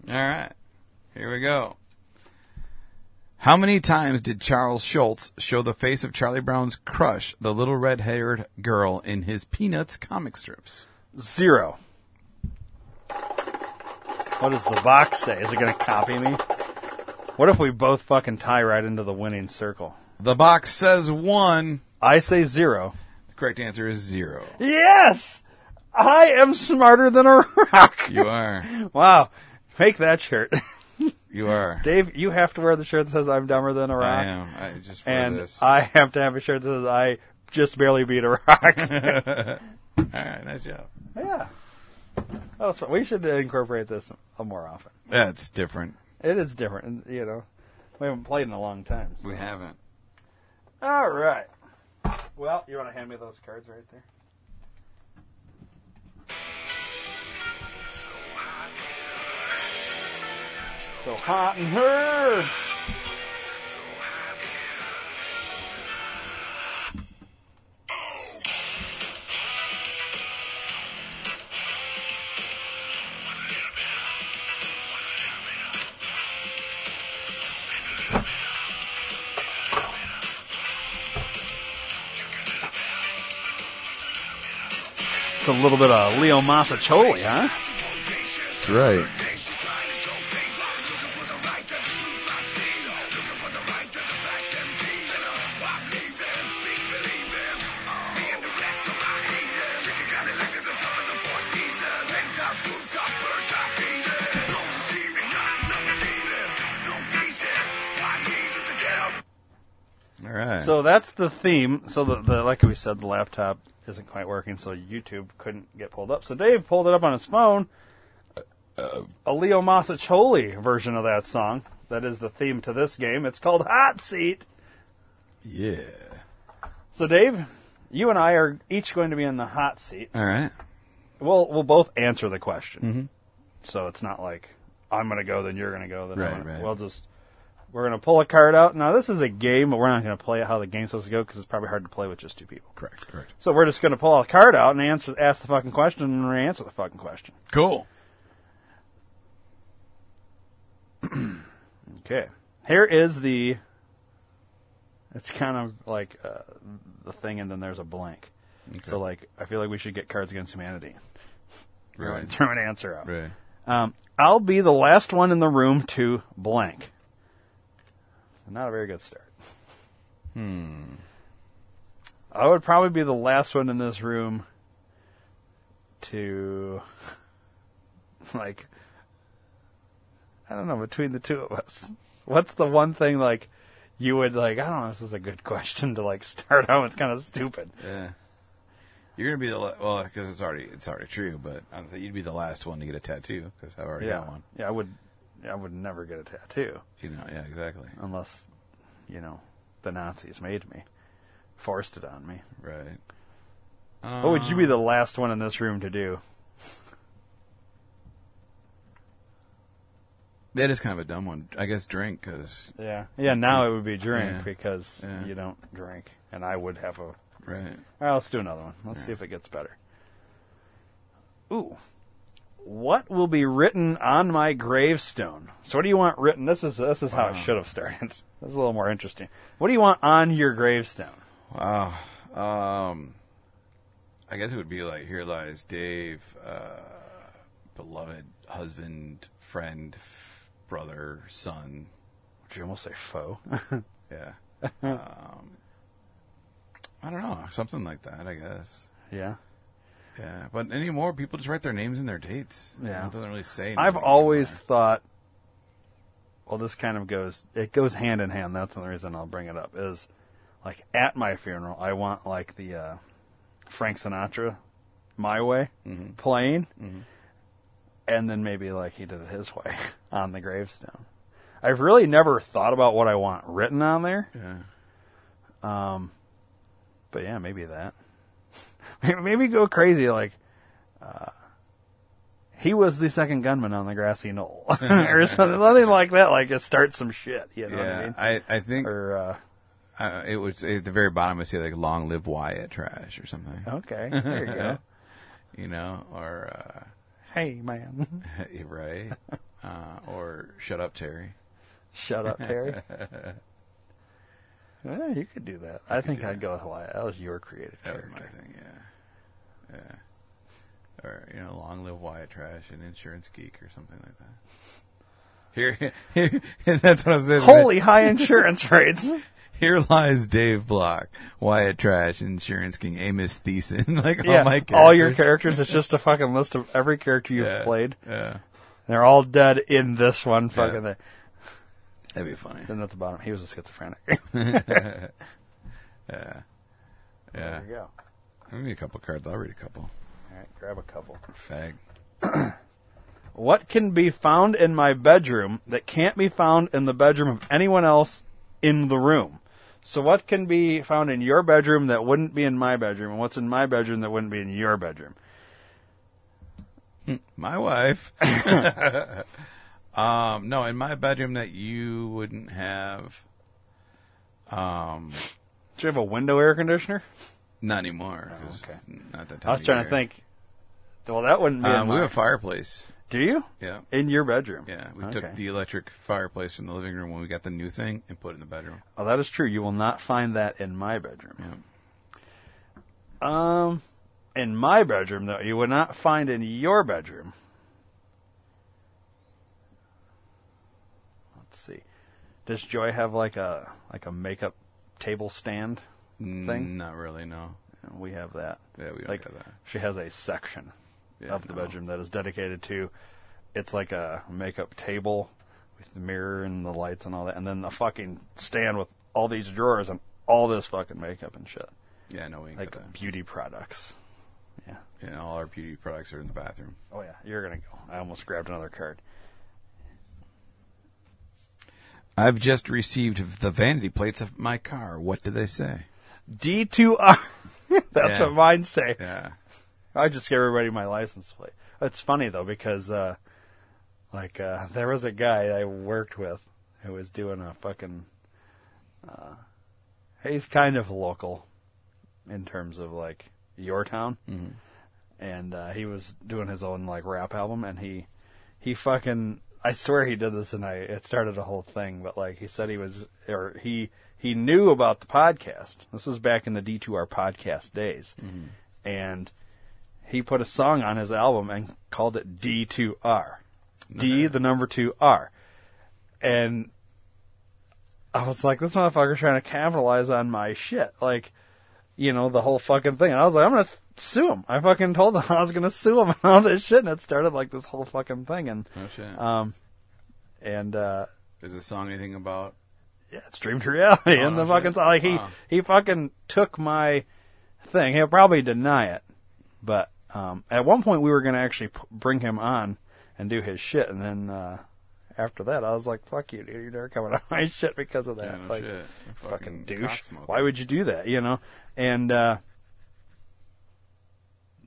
A: right. Here we go. How many times did Charles Schultz show the face of Charlie Brown's crush, the little red-haired girl, in his Peanuts comic strips?
B: Zero. What does the box say? Is it going to copy me? What if we both fucking tie right into the winning circle?
A: The box says one.
B: I say zero.
A: The correct answer is zero.
B: Yes! I am smarter than a rock.
A: You are.
B: Wow. Make that shirt.
A: You are.
B: Dave, you have to wear the shirt that says I'm dumber than a rock.
A: I am. I just wear
B: and
A: this.
B: I have to have a shirt that says I just barely beat a rock.
A: All right. Nice job.
B: yeah. That's fun. We should incorporate this more often.
A: That's different.
B: It is different, and, you know. We haven't played in a long time.
A: We haven't.
B: All right. Well, you want to hand me those cards right there? So hot in her. It's a little bit of Leo Massacholi, huh?
A: That's right.
D: Looking for the right
A: All right.
B: So that's the theme. So the, the like we said, the laptop isn't quite working, so YouTube couldn't get pulled up. So Dave pulled it up on his phone. A Leo Massacholi version of that song. That is the theme to this game. It's called Hot Seat.
A: yeah.
B: So Dave, you and I are each going to be in the hot seat.
A: All right.
B: We'll we'll both answer the question.
A: Mm-hmm.
B: So it's not like I'm going to go, then you're going to go, then
A: Right,
B: I'm gonna,
A: right.
B: We'll just we're going to pull a card out. Now this is a game, but we're not going to play it how the game's supposed to go because it's probably hard to play with just two people.
C: Correct. Correct.
B: So we're just going to pull a card out and answer ask the fucking question and we're gonna answer the fucking question.
C: Cool.
B: Okay. Here is the. It's kind of like uh, the thing, and then there's a blank. So like, I feel like we should get Cards Against Humanity.
A: Right.
B: Determine answer out.
A: Right.
B: Um, I'll be the last one in the room to blank. Not a very good start. Hmm. I would probably be the last one in this room to, like, I don't know, between the two of us. What's the one thing, like, you would, like, I don't know, this is a good question to, like, start out. It's kind of stupid.
A: Yeah. Eh, You're gonna be the la- well because it's already it's already true, but I'm saying you'd be the last one to get a tattoo because I've already got one.
B: Yeah, I would, I would never get a tattoo.
A: You know, yeah, exactly.
B: unless you know the Nazis made me, forced it on me.
A: Right. Um,
B: what Oh, would you
A: Ah.
B: be the last one in this room to do?
A: That is kind of a dumb one, I guess. Drink because
B: Yeah, yeah. Now it would be drink
A: Yeah.
B: because
A: Yeah.
B: you don't drink, and I would have a. All
A: right.
B: right, let's do another one. Let's see if it gets better. Ooh, what will be written on my gravestone? So, what do you want written? This is this is how it should have started. This is a little more interesting. What do you want on your gravestone?
A: Wow. Um, I guess it would be like here lies Dave, uh, beloved husband, friend, f- brother, son.
B: Would you almost say foe?
A: Yeah. um, I don't know, something like that. I guess.
B: yeah.
A: Yeah, but anymore, people just write their names and their dates.
B: Yeah.
A: it doesn't really say.
B: I've
A: anything
B: always
A: anymore.
B: thought. Well, this kind of goes. It goes hand in hand. That's the reason I'll bring it up. Is like at my funeral, I want like the uh, Frank Sinatra, "My Way" playing, and then maybe like he did it his way on the gravestone. I've really never thought about what I want written on there, Um,
A: Yeah.
B: but yeah, maybe that. Maybe- maybe go crazy like. Uh, he was the second gunman on the grassy knoll, or something, something like that. Like, it starts some shit. You know what I
A: Yeah,
B: mean?
A: I, I think
B: or uh,
A: uh, it was at the very bottom. I see like "Long Live Wyatt" trash or something.
B: okay, there you go.
A: You know, or
B: hey man,
A: uh, right, uh, or "Shut Up, Terry."
B: shut up, Terry. yeah, you could do that. I think I'd go with Wyatt. That was your creative
A: That was my
B: character.
A: thing. Yeah, yeah. Or you know, "Long Live Wyatt" trash and "Insurance Geek" or something like that. Here, here that's what I was saying.
B: Holy high insurance rates.
A: Here lies Dave Block, Wyatt Trash, Insurance King, Amos Thiessen. like
B: yeah,
A: all my characters.
B: all your characters. It's just a fucking list of every character you've
A: Yeah,
B: played.
A: Yeah.
B: They're all dead in this one fucking
A: Yeah.
B: thing.
A: That'd be funny.
B: Then at the bottom, he was a schizophrenic.
A: Yeah.
B: There you go.
A: I need a couple cards. I'll read a couple.
B: All right, grab a couple.
A: Fag.
B: What can be found in my bedroom that can't be found in the bedroom of anyone else in the room? So, what can be found in your bedroom that wouldn't be in my bedroom, and what's in my bedroom that wouldn't be in your bedroom?
A: My wife. um, no, in my bedroom that you wouldn't have.
B: Do you have a window air conditioner?
A: Not anymore.
B: Oh, okay.
A: Not that time.
B: I was
A: of
B: trying to
A: year.
B: think. Well, that wouldn't be. in
A: Um, we
B: mine.
A: have a fireplace.
B: Do you
A: Yeah.
B: in your bedroom?
A: Yeah. We
B: Okay.
A: took the electric fireplace from the living room when we got the new thing and put it in the bedroom.
B: Oh, that is true. You will not find that in my bedroom. Um, in my bedroom, though, you would not find in your bedroom. Let's see. Does Joy have like a like a makeup table stand? Thing?
A: Not really, no.
B: We have that.
A: Yeah, we don't
B: like
A: have that.
B: she has a section
A: Yeah, uh-huh.
B: of the
A: no.
B: bedroom that is dedicated to. It's like a makeup table with the mirror and the lights and all that, and then the fucking stand with all these drawers, and all this fucking makeup and shit,
A: Yeah, no, we ain't
B: like
A: got that.
B: beauty products.
A: And all our beauty products are in the bathroom.
B: Oh yeah, you're gonna go. I almost grabbed another card.
A: I've just received the vanity plates of my car. What do they say?
B: D2R. That's
A: Yeah.
B: what mine say.
A: Yeah.
B: I just gave everybody my license plate. It's funny though because uh like uh there was a guy I worked with who was doing a fucking uh he's kind of local in terms of like your town. And uh he was doing his own like rap album and he he fucking I swear he did this and I it started a whole thing, but like he said he was or he he knew about the podcast. This was back in the D2R podcast days. And he put a song on his album and called it D2R. D, the number two R. And I was like, this motherfucker's trying to capitalize on my shit. Like, you know, the whole fucking thing. And I was like, I'm going to sue him. I fucking told him I was going to sue him and all this shit. And it started like this whole fucking thing. And,
A: Oh, shit.
B: um, and, uh,
A: Is the song anything about?
B: yeah, it's Dream to Reality.
A: Oh,
B: and the
A: no
B: fucking,
A: shit.
B: like, he,
A: Wow.
B: he fucking took my thing. He'll probably deny it. But, um, at one point we were going to actually p- bring him on and do his shit. And then, uh, after that, I was like, fuck you, dude. You're never coming on my shit because of that.
A: Yeah, no
B: like,
A: shit.
B: fucking
A: Fucking
B: douche.
A: cocksmoker.
B: Why would you do that? You know? And, uh,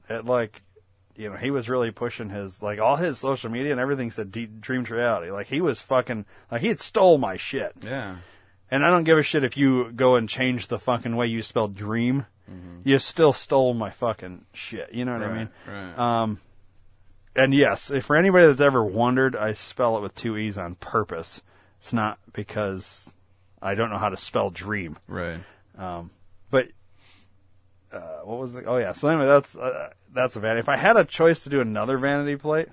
B: it like, you know, he was really pushing his, like, all his social media and everything said D- Dream to Reality. Like, he was fucking, like, he had stole my shit.
A: Yeah.
B: And I don't give a shit if you go and change the fucking way you spell dream. You still stole my fucking shit. You know what I
A: Mm-hmm. right,
B: mean?
A: Right.
B: Um, and yes, if for anybody that's ever wondered, I spell it with two E's on purpose. It's not because I don't know how to spell dream.
A: right.
B: But uh, what was the? Oh yeah. So anyway, that's uh, that's a vanity. If I had a choice to do another vanity plate,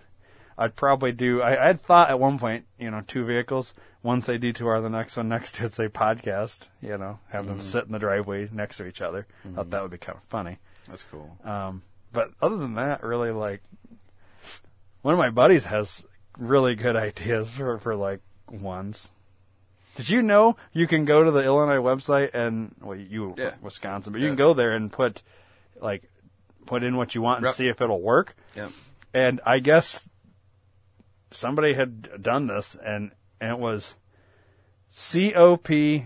B: I'd probably do. I, I had thought at one point, you know, two vehicles. One say D2R, the next one next to it say podcast. You know, have them sit in the driveway next to each other. Thought that would be kind of funny.
A: That's cool.
B: Um, but other than that, really, like, one of my buddies has really good ideas for, for like ones. Did you know you can go to the Illinois website and well, you
A: Yeah.
B: Wisconsin, but you
A: Yeah.
B: can go there and put like put in what you want and
A: Rep.
B: see if it'll work.
A: Yep.
B: And I guess somebody had done this, and and it was C O P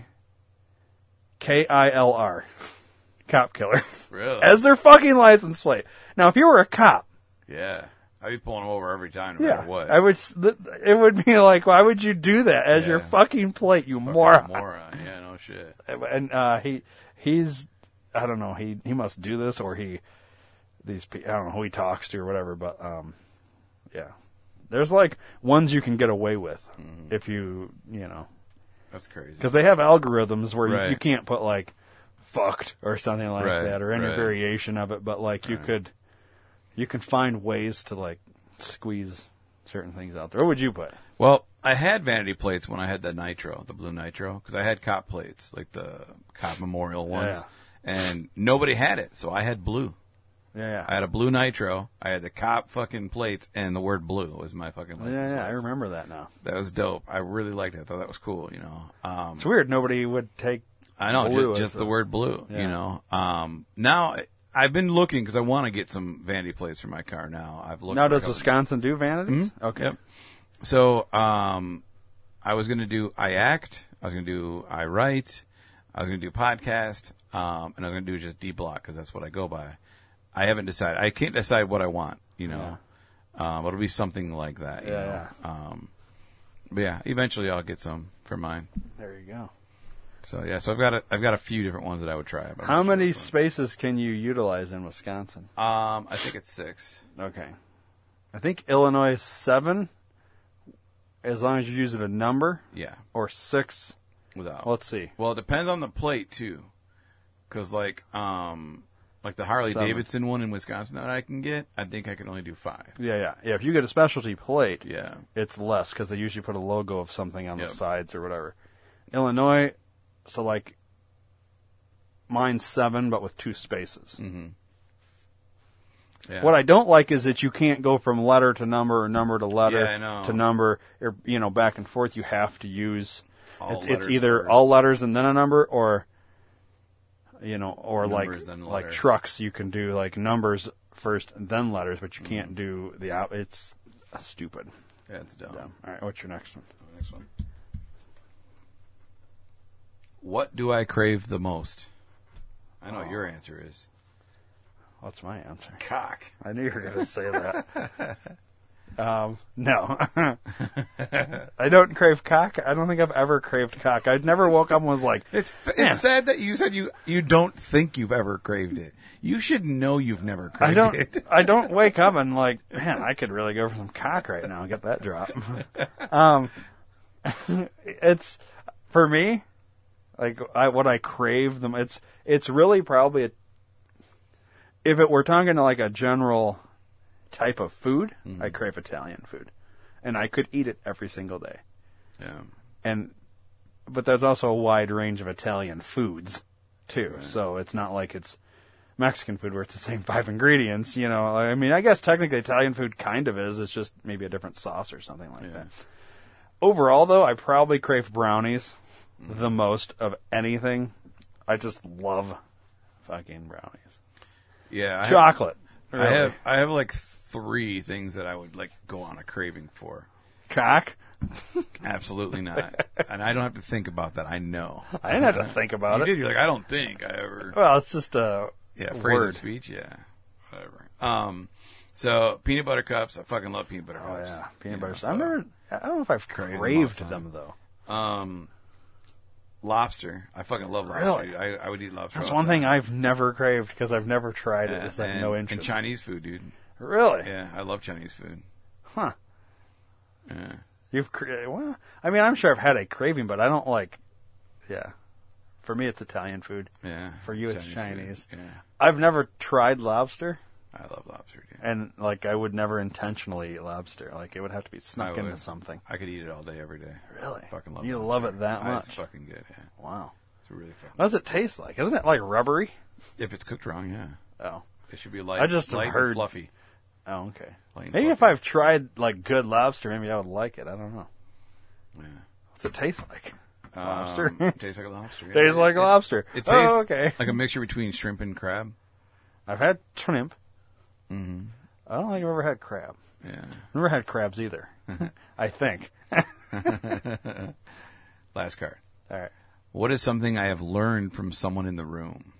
B: K I L R, cop killer
A: Really?
B: as their fucking license plate. Now, if you were a cop,
A: yeah. I'd be pulling 'em over every time, no
B: yeah,
A: matter what.
B: I would. s- th- It would be like, why would you do that as your
A: Yeah.
B: fucking plate, you
A: Fucking
B: moron?
A: moron. Yeah. No shit.
B: And uh, he, he's, I don't know. He he must do this or he, these pe- I don't know who he talks to or whatever. But um, yeah, there's like ones you can get away with if you you know
A: That's crazy.
B: because they have algorithms where you,
A: Right.
B: you can't put like fucked or something like
A: Right,
B: that or any
A: right.
B: variation of it but like you
A: Right.
B: could you can find ways to like squeeze certain things out there what would you put
A: Well, I had vanity plates when I had the nitro, the blue nitro, because I had cop plates, like the cop memorial ones, and nobody had it, so I had blue.
B: yeah
A: I had a blue nitro. I had the cop fucking plates, and the word blue was my fucking
B: yeah,
A: license.
B: yeah, I
A: plates.
B: remember that now.
A: That was dope. I really liked it. I thought that was cool. You know, um,
B: It's weird nobody would take.
A: I know
B: blue
A: just,
B: as
A: just the
B: a-
A: word blue.
B: Yeah.
A: You know, um, now I- I've been looking because I want to get some vanity plates for my car. Now I've looked.
B: Now
A: for a
B: does
A: couple-
B: Wisconsin do vanities? Okay,
A: Mm-hmm. Yep. So um, I was going to do I act. I was going to do I write. I was going to do podcast, um, and I was going to do just D block because that's what I go by. I haven't decided. I can't decide what I want. You know, um, it'll be something like that. You
B: Yeah, Uh,
A: Know? Um, but yeah, eventually I'll get some for mine.
B: there you go.
A: So yeah, so I've got a, I've got a few different ones that I would try. but I'm
B: How
A: not sure
B: many
A: which
B: spaces can you utilize in Wisconsin?
A: one. Um, I think it's six.
B: Okay, I think Illinois is seven, as long as you use it a number,
A: Yeah,
B: or six
A: without.
B: Let's see.
A: Well, it depends on the plate too, because like um like the Harley
B: Seven.
A: Davidson one in Wisconsin that I can get, I think I can only do five.
B: Yeah, yeah, yeah. If you get a specialty plate,
A: Yeah,
B: it's less because they usually put a logo of something on
A: Yep.
B: the sides or whatever. Illinois, so like mine's seven, but with two spaces.
A: yeah.
B: What I don't like is that you can't go from letter to number or number to letter
A: Yeah, I know.
B: to number or you know back and forth. You have to use
A: All
B: it's, it's
A: letters
B: either
A: first.
B: all letters and then a number or you know, or
A: Numbers,
B: like
A: then
B: like
A: letter.
B: trucks, you can do like numbers first, then letters, but you
A: Mm-hmm.
B: can't do the out. It's stupid.
A: Yeah, it's dumb.
B: Dumb. All right, what's your next one?
A: Next one. What do I crave the most? I know your answer is
B: What's my answer?
A: cock.
B: I knew you were going to say that. um, no, I don't crave cock. I don't think I've ever craved cock. I never woke up and was like,
A: It's it's
B: Man.
A: sad that you said you you don't think you've ever craved it. You should know you've never craved
B: I don't.
A: it.
B: I don't wake up and like, man, I could really go for some cock right now and get that drop. um, it's for me, like I, what I crave them. It's it's really probably a, if it were talking to like a general type of food,
A: Mm.
B: I crave Italian food, and I could eat it every single day.
A: Yeah.
B: And but there's also a wide range of Italian foods too, so it's not like it's Mexican food where it's the same five ingredients. You know, I mean, I guess technically Italian food kind of is. It's just maybe a different sauce or something like that. Overall, though, I probably crave brownies
A: Mm.
B: the most of anything. I just love fucking brownies.
A: Yeah. I have,
B: Chocolate.
A: I
B: really.
A: have I have like three things that I would like go on a craving for.
B: cock.
A: Absolutely not. and I don't have to think about that. I know.
B: I didn't have to think about
A: You
B: it.
A: did. You're like I don't think I ever.
B: Well, it's just uh, a
A: Yeah, phrase
B: word.
A: of speech. Yeah, whatever. Um, so peanut butter cups. I fucking love peanut butter
B: Oh
A: cups.
B: yeah, peanut
A: You
B: butter.
A: know,
B: I've
A: so-
B: never. I don't know if I've
A: Crave them all
B: craved
A: the
B: them,
A: time.
B: though.
A: Um, lobster. I fucking love lobster.
B: Really?
A: I, I would eat lobster.
B: That's
A: all
B: one
A: the time.
B: thing I've never craved because I've never tried it.
A: Yeah,
B: It's like
A: and,
B: no interest.
A: And Chinese food, dude.
B: Really?
A: Yeah, I love Chinese food.
B: Huh?
A: Yeah.
B: You've cre- well, I mean, I'm sure I've had a craving, but I don't like. Yeah. For me, it's Italian food.
A: Yeah.
B: For you, it's Chinese.
A: food. Yeah.
B: I've never tried lobster,
A: I love lobster, dude.
B: and like I would never intentionally eat lobster. Like it would have to be snuck
A: I would.
B: into something.
A: I could eat it all day, every day.
B: Really?
A: Fucking love
B: You
A: lobster.
B: love it that
A: Ah,
B: much?
A: It's fucking good, yeah.
B: Wow.
A: It's really fucking
B: What does it taste like? Isn't it like rubbery?
A: If it's cooked wrong, yeah.
B: Oh.
A: It should be light,
B: I just have
A: light
B: heard-
A: and fluffy.
B: Oh, okay.
A: Plain
B: Maybe if
A: fucking-
B: I've tried like good lobster, maybe I would like it. I don't know.
A: Yeah.
B: What's it taste like?
A: Um,
B: Lobster.
A: tastes like a lobster. yeah.
B: Tastes like
A: It-
B: lobster.
A: It tastes
B: Oh, okay.
A: like a mixture between shrimp and crab.
B: I've had shrimp.
A: Mm-hmm.
B: I don't think I've ever had crab.
A: Yeah.
B: I've never had crabs either. I think.
A: Last card.
B: All right.
A: What is something I have learned from someone in the room?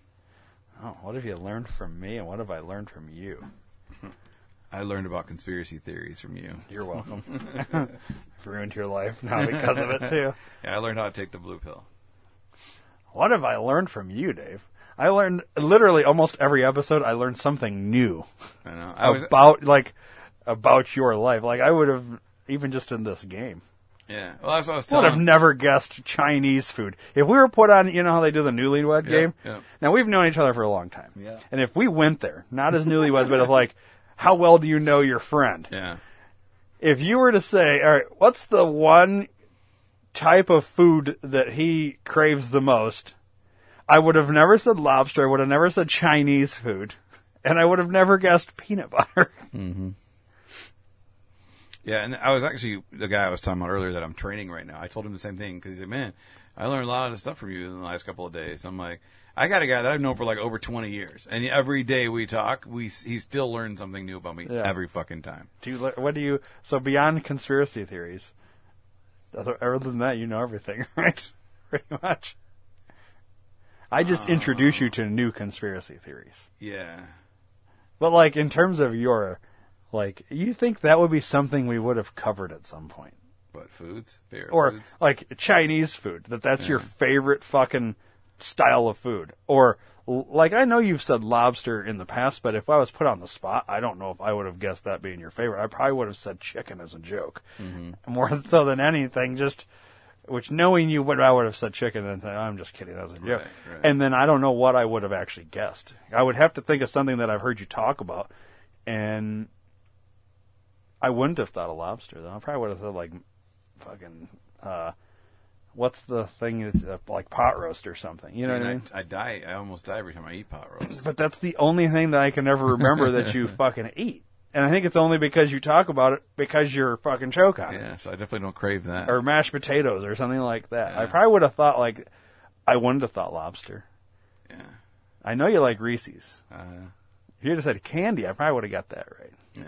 B: Oh, what have you learned from me, and what have I learned from you?
A: I learned about conspiracy theories from you.
B: You're welcome. I've ruined your life now because of it too.
A: Yeah, I learned how to take the blue pill.
B: What have I learned from you, Dave? I learned literally almost every episode. I learned something new
A: I know. I was,
B: about like about your life. Like I would have even just in this game.
A: yeah. Well, that's what I was
B: would have
A: telling.
B: never guessed Chinese food. If we were put on, you know how they do the newlywed game?
A: yeah.
B: Now, we've known each other for a long time.
A: Yeah.
B: And if we went there, not as newlyweds, but of like, how well do you know your friend?
A: Yeah.
B: If you were to say, all right, what's the one type of food that he craves the most? I would have never said lobster. I would have never said Chinese food. And I would have never guessed peanut butter.
A: Yeah, and I was actually the guy I was talking about earlier that I'm training right now. I told him the same thing because he said, "Man, I learned a lot of stuff from you in the last couple of days." I'm like, I got a guy that I've known for like over 20 years, and every day we talk, we he still learns something new about me
B: Yeah.
A: every fucking time.
B: Do you, le- what do you, so beyond conspiracy theories, other, other than that, you know everything, right? Pretty much. I just introduce you to new conspiracy theories.
A: Yeah,
B: But like, in terms of your, like, you think that would be something we would have covered at some point.
A: but foods, favorite
B: Or
A: foods.
B: like Chinese food, that that's your favorite fucking style of food. Or l- like, I know you've said lobster in the past, but if I was put on the spot, I don't know if I would have guessed that being your favorite. I probably would have said chicken as a joke
A: Mm-hmm.
B: more so than anything. Just which knowing you, what I would have said chicken, and th- I'm just kidding, that was a joke.
A: right.
B: And then I don't know what I would have actually guessed. I would have to think of something that I've heard you talk about, and I wouldn't have thought of lobster though. I probably would have said like fucking uh, what's the thing that's uh, like pot roast or something. You know
A: See,
B: what I
A: and
B: mean?
A: I, I die. I almost die every time I eat pot roast.
B: But that's the only thing that I can ever remember that you fucking eat. And I think it's only because you talk about it because you're fucking choke on it
A: yeah, so I definitely don't crave that.
B: or mashed potatoes or something like that. I
A: Yeah.
B: probably would have thought like I wouldn't have thought lobster.
A: yeah.
B: I know you like Reese's.
A: Uh,
B: If you just said candy, I probably would have got that right.
A: yeah.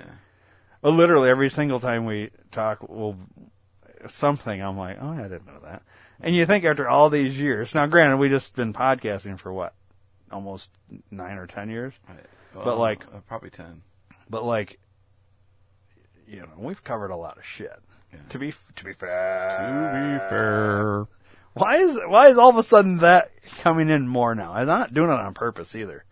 B: Well, literally every single time we talk, we'll something. I'm like, oh, I didn't know that. And you think after all these years, now granted, we just been podcasting for what, almost nine or ten years,
A: Well,
B: like-
A: uh, probably ten.
B: but like, you know, we've covered a lot of shit.
A: Yeah.
B: To be to be fair,
A: To be fair,
B: why is why is all of a sudden that coming in more now? I'm not doing it on purpose either.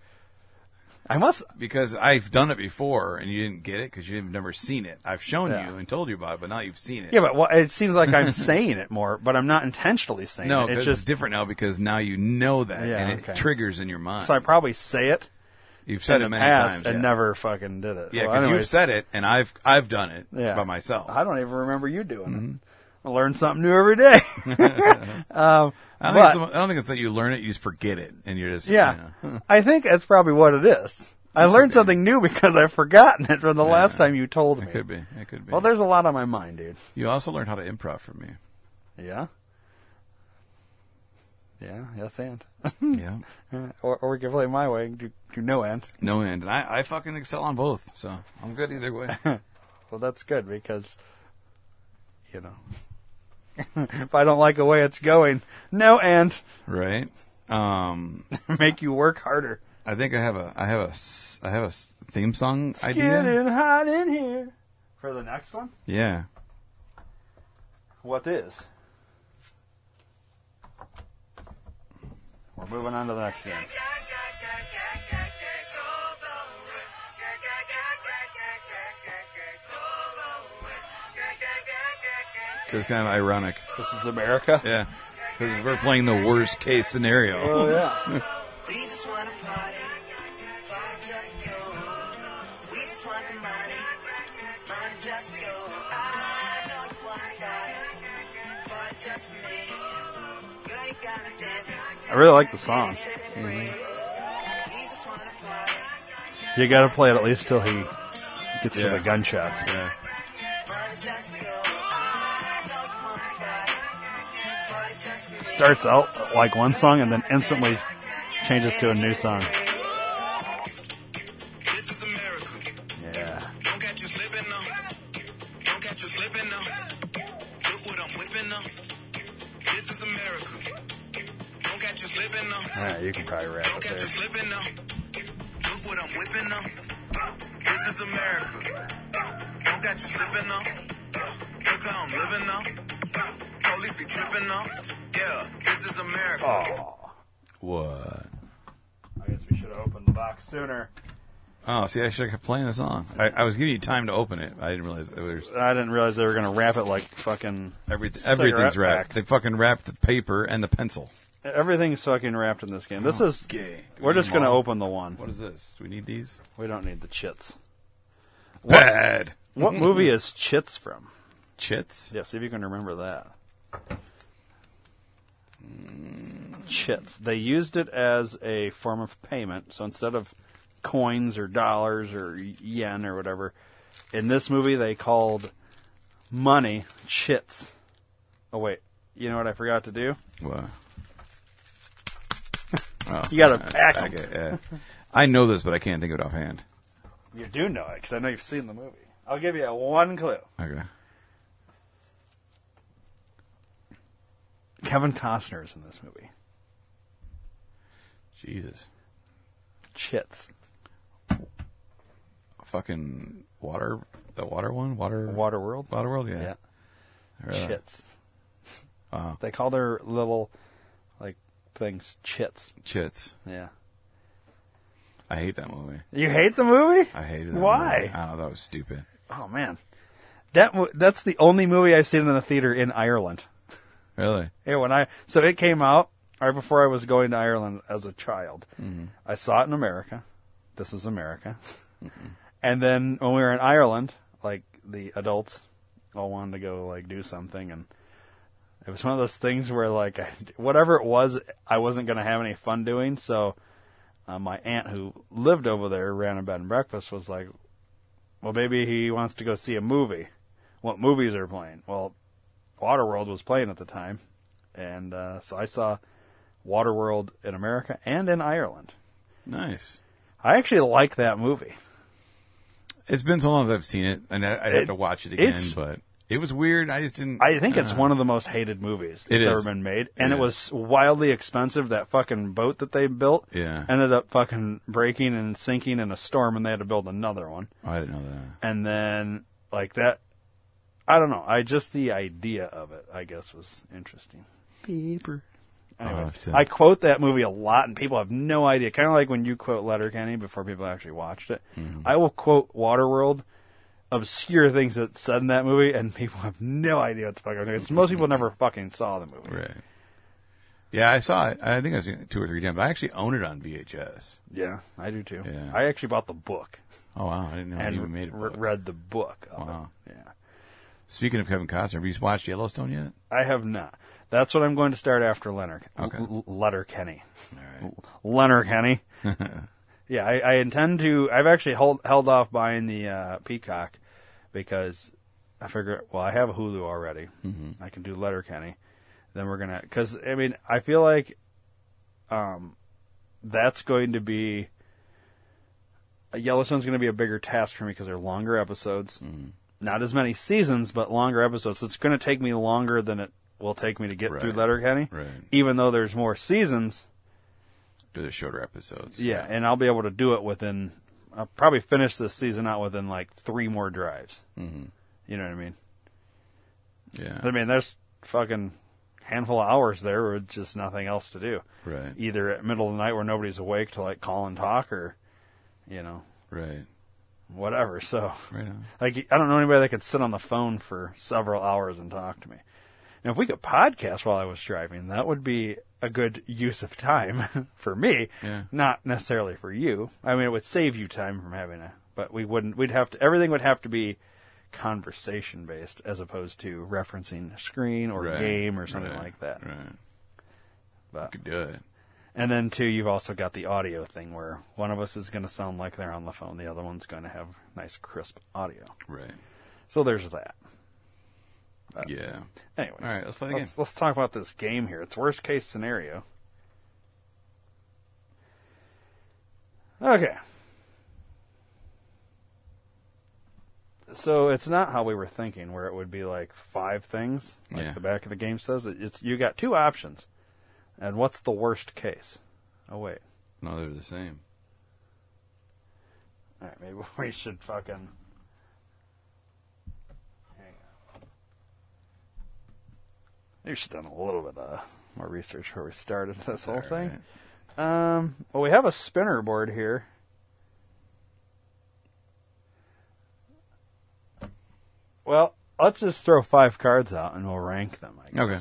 B: I must
A: because I've done it before and you didn't get it because you've never seen it. I've shown
B: Yeah.
A: you and told you about it, but now you've seen it.
B: Yeah, but wha- it seems like I'm saying it more, but I'm not intentionally saying it.
A: no,
B: It's
A: 'cause it's
B: just
A: different now because now you know that
B: Yeah,
A: and it
B: okay.
A: triggers in your mind.
B: so I probably say it
A: you've
B: in
A: said it
B: the
A: many
B: past
A: times.
B: and
A: yeah.
B: never fucking did it.
A: Yeah,
B: Well,
A: because you've
B: anyways,
A: said it, and I've I've done it
B: yeah.
A: by myself. Mm-hmm.
B: I don't even remember you doing it. I learn something new every day. um,
A: I don't,
B: but-
A: think it's, I don't think it's that you learn it; you just forget it, and you're just
B: yeah,
A: you know.
B: I think that's probably what it is. I learned something new because I've forgotten it from the last time you told me.
A: It could be. It could be.
B: Well, there's a lot on my mind, dude.
A: you also learned how to improv from me.
B: Yeah. Yeah, yes, and.
A: yeah.
B: or, or we can play my way, do, do no end.
A: No end, and I, I fucking excel on both, so I'm good either way.
B: Well, that's good because, you know, if I don't like the way it's going, no, and
A: right? Um,
B: make you work harder.
A: I think I have a I have a s- I have a s- theme song
B: It's
A: idea.
B: getting hot in here. For the next one,
A: Yeah.
B: what is? We're moving on to the next game.
A: It's kind of ironic.
B: This is America.
A: Yeah. Because we're playing the worst case scenario.
B: Oh yeah.
E: We just want to party. Party just go. We just want the money. Money just go. I know you want to party. Party just for me. Girl, you got me dancing.
B: I really like the song.
E: We just want to party.
B: You got to play it at least till he gets
A: Yeah.
B: to the gunshots.
A: Yeah.
E: Money just go. I know you want to party. Party just for me.
B: Starts out like one song and then instantly changes to a new song.
D: This is America.
B: Yeah.
D: Don't catch you slipping now. Don't catch you slipping now. Look what I'm whipping up. This is America. Don't catch you slipping now.
B: All right, you can probably wrap
D: Don't
B: it
D: catch
B: there.
D: you slipping now. Look what I'm whipping up. This is America. Don't catch you slipping now. Look how I'm living now. Police be tripping now. Yeah, this is America.
A: What?
B: I guess we should have opened the box sooner.
A: Oh, see, I should have kept playing the song. I, I was giving you time to open it. I didn't realize it was
B: I didn't realize they were going to wrap it like fucking.
A: everything.
B: Cigarette
A: Everything's wrapped.
B: packs.
A: They fucking wrapped the paper and the pencil.
B: Everything's fucking wrapped in this game. This is.
A: Okay.
B: We're just going to
A: Mom.
B: open the one.
A: What is this? Do we need these?
B: We don't need the chits.
A: Bad
B: What movie is Chits from?
A: chits.
B: Yeah, see if you can remember that. Chits. They used it as a form of payment. So instead of coins or dollars or yen or whatever, in this movie they called money chits. Oh, wait. You know what I forgot to do?
A: What? Oh,
B: You gotta pack 'em.
A: okay, yeah. I know this, but I can't think of it offhand.
B: You do know it because I know you've seen the movie. I'll give you one clue.
A: Okay.
B: Kevin Costner is in this movie.
A: Jesus.
B: Chits.
A: Fucking water. The water one. Water.
B: Waterworld.
A: Water world. Yeah.
B: Yeah.
A: I read that.
B: Chits. They call their little like things chits.
A: Chits.
B: Yeah.
A: I hate that movie.
B: You hate the movie?
A: I hated that.
B: Why?
A: Movie. I don't know. That was stupid.
B: Oh man, that mo- that's the only movie I've seen in the theater in Ireland.
A: Really.
B: Yeah, when I so it came out right before I was going to Ireland as a child. I saw it in America. This is America. And then when we were in Ireland, like the adults all wanted to go like do something and it was one of those things where like I, whatever it was I wasn't going to have any fun doing, so uh, my aunt who lived over there ran a bed and breakfast was like, "Well, maybe he wants to go see a movie. What movies are playing?" Well, Waterworld was playing at the time, and uh, so I saw Waterworld in America and in Ireland.
A: Nice.
B: I actually like that movie.
A: It's been so long that I've seen it, and I, I have
B: It-
A: to watch it again.
B: it's-
A: But it was weird. I just didn't.
B: I think it's one of the most hated movies that's
A: Uh-huh. It is.
B: ever been made, and
A: It
B: it was wildly expensive. That fucking boat that they built
A: Yeah.
B: ended up fucking breaking and sinking in a storm, and they had to build another one.
A: Oh, I didn't know that.
B: And then like that, I don't know. I just the idea of it, I guess, was interesting.
A: I'll
B: Anyways,
A: have to-
B: I quote that movie a lot, and people have no idea. Kind of like when you quote Letterkenny before people actually watched it.
A: Mm-hmm.
B: I will quote Waterworld, obscure things that's said in that movie, and people have no idea what the fuck I'm doing. It's- Most people never fucking saw the movie.
A: Right. Yeah, I saw it. I think I've seen it two or three times. I actually own it on VHS.
B: Yeah, I do too.
A: Yeah.
B: I actually bought the book
A: Oh wow, I didn't know
B: and
A: he even made a
B: re-
A: book.
B: read the book. Of
A: Wow.
B: It. Yeah,
A: Speaking of Kevin Costner, have you watched Yellowstone yet?
B: I have not. That's what I'm going to start after Leonard.
A: Okay.
B: L- L- Letterkenny.
A: All right.
B: Leonard Kenny. yeah, I, I intend to. I've actually held held off buying the uh, Peacock because I figure, well, I have Hulu already.
A: Mm-hmm.
B: I can do Letter Kenny. Then we're gonna, because I mean, I feel like, um, that's going to be. uh, Yellowstone's going to be a bigger task for me because they're longer episodes, not as many seasons, but longer episodes. So it's going to take me longer than it will take me to get through
A: Right.
B: Letterkenny,
A: Right.
B: even though there's more seasons.
A: They're the shorter episodes.
B: Yeah, and I'll be able to do it within. I'll probably finish this season out within like three more drives. Mm-hmm. You know what I mean? I
A: Yeah.
B: mean, there's fucking handful of hours there with just nothing else to do.
A: Right.
B: Either at middle of the night where nobody's awake to like call and talk, or you know
A: Right.
B: whatever. So
A: Right. On.
B: like, I don't know anybody that could sit on the phone for several hours and talk to me. Now, if we could podcast while I was driving, that would be a good use of time for me,
A: Yeah.
B: not necessarily for you. I mean, it would save you time from having a, but we wouldn't, we'd have to, everything would have to be conversation based as opposed to referencing a screen or
A: Right.
B: game or something
A: Right.
B: like that.
A: Right.
B: But,
A: Could do it.
B: and then too, you've also got the audio thing where one of us is going to sound like they're on the phone. The other one's going to have nice crisp audio.
A: Right.
B: So there's that. Uh,
A: Yeah.
B: Anyways,
A: All right, let's play the
B: let's, let's talk about this game here. It's worst case scenario. Okay. So it's not how we were thinking, where it would be like five things, like
A: Yeah.
B: the back of the game says. It- It's you got two options, and what's the worst case? Oh wait,
A: No, they're the same.
B: all right, maybe we should fucking. Hang on. We should have done a little bit uh, more research where we started this whole
A: All
B: thing.
A: right.
B: Um, well, we have a spinner board here. Well, let's just throw five cards out and we'll rank them. I guess.
A: Okay.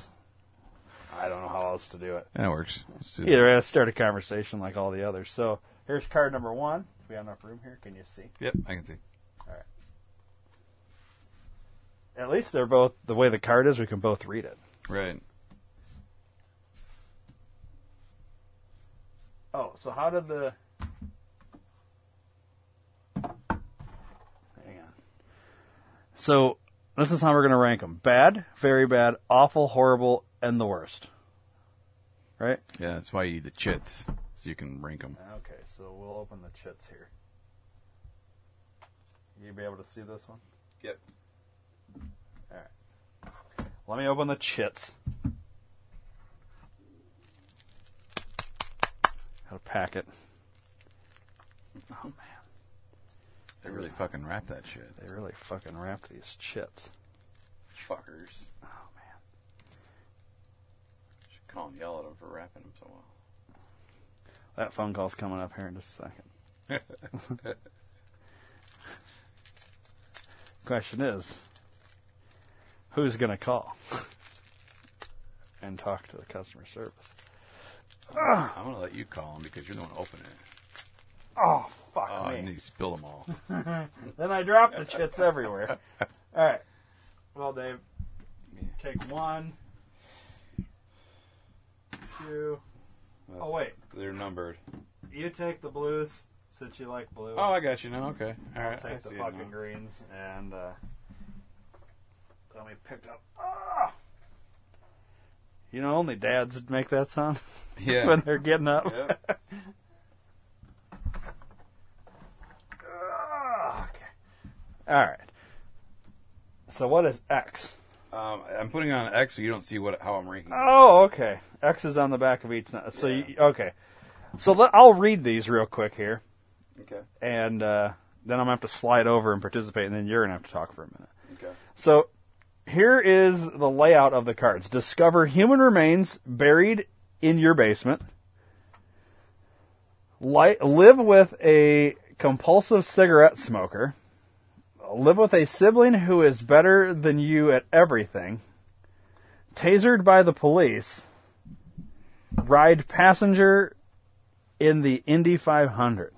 B: I don't know how else to do it.
A: That works. Let's do that.
B: Either way, let's start a conversation like all the others. So here's card number one. Do we have enough room here? Can you see?
A: Yep. I can see.
B: At least they're both the way the card is. We can both read it.
A: Right.
B: Oh, so how did the? Hang on. So this is how we're gonna rank them: bad, very bad, awful, horrible, and the worst. Right?
A: Yeah. That's why you need the chits so you can rank them.
B: Okay. So we'll open the chits here. You be able to see this one?
A: Yep.
B: Let me open the chits. Got a packet. Oh man,
A: They really fucking wrap that shit.
B: they really fucking wrapped these chits.
A: Fuckers.
B: Oh man.
A: Should call and yell at them for wrapping them so well.
B: That phone call's coming up here in just a second. Question is, who's going to call and talk to the customer service?
A: I'm gonna let you call them because you're the one opening it.
B: Oh, fuck
A: Oh,
B: me.
A: and you spilled them all.
B: Then I drop the chits everywhere. All right. Well, Dave, take one, two. Oh, wait.
A: They're numbered.
B: You take the blues since you like blue.
A: Oh, I got you now. Okay. All
B: I'll
A: right. I
B: take the
A: see it
B: fucking
A: now.
B: greens and uh, let me pick up. Ah! You know, only dads would make that sound
A: Yeah.
B: when they're getting up.
A: Yep.
B: Ah, All right. So what is X?
A: Um, I'm putting on X so you don't see what how I'm ranking.
B: Oh, okay. X is on the back of each. nu- So you, okay. So let, I'll read these real quick here,
A: Okay.
B: and uh, then I'm gonna have to slide over and participate, and then you're gonna have to talk for a minute.
A: Okay.
B: So here is the layout of the cards. Discover human remains buried in your basement. Li- live with a compulsive cigarette smoker. Live with a sibling who is better than you at everything. Tasered by the police. Ride passenger in the Indy 500.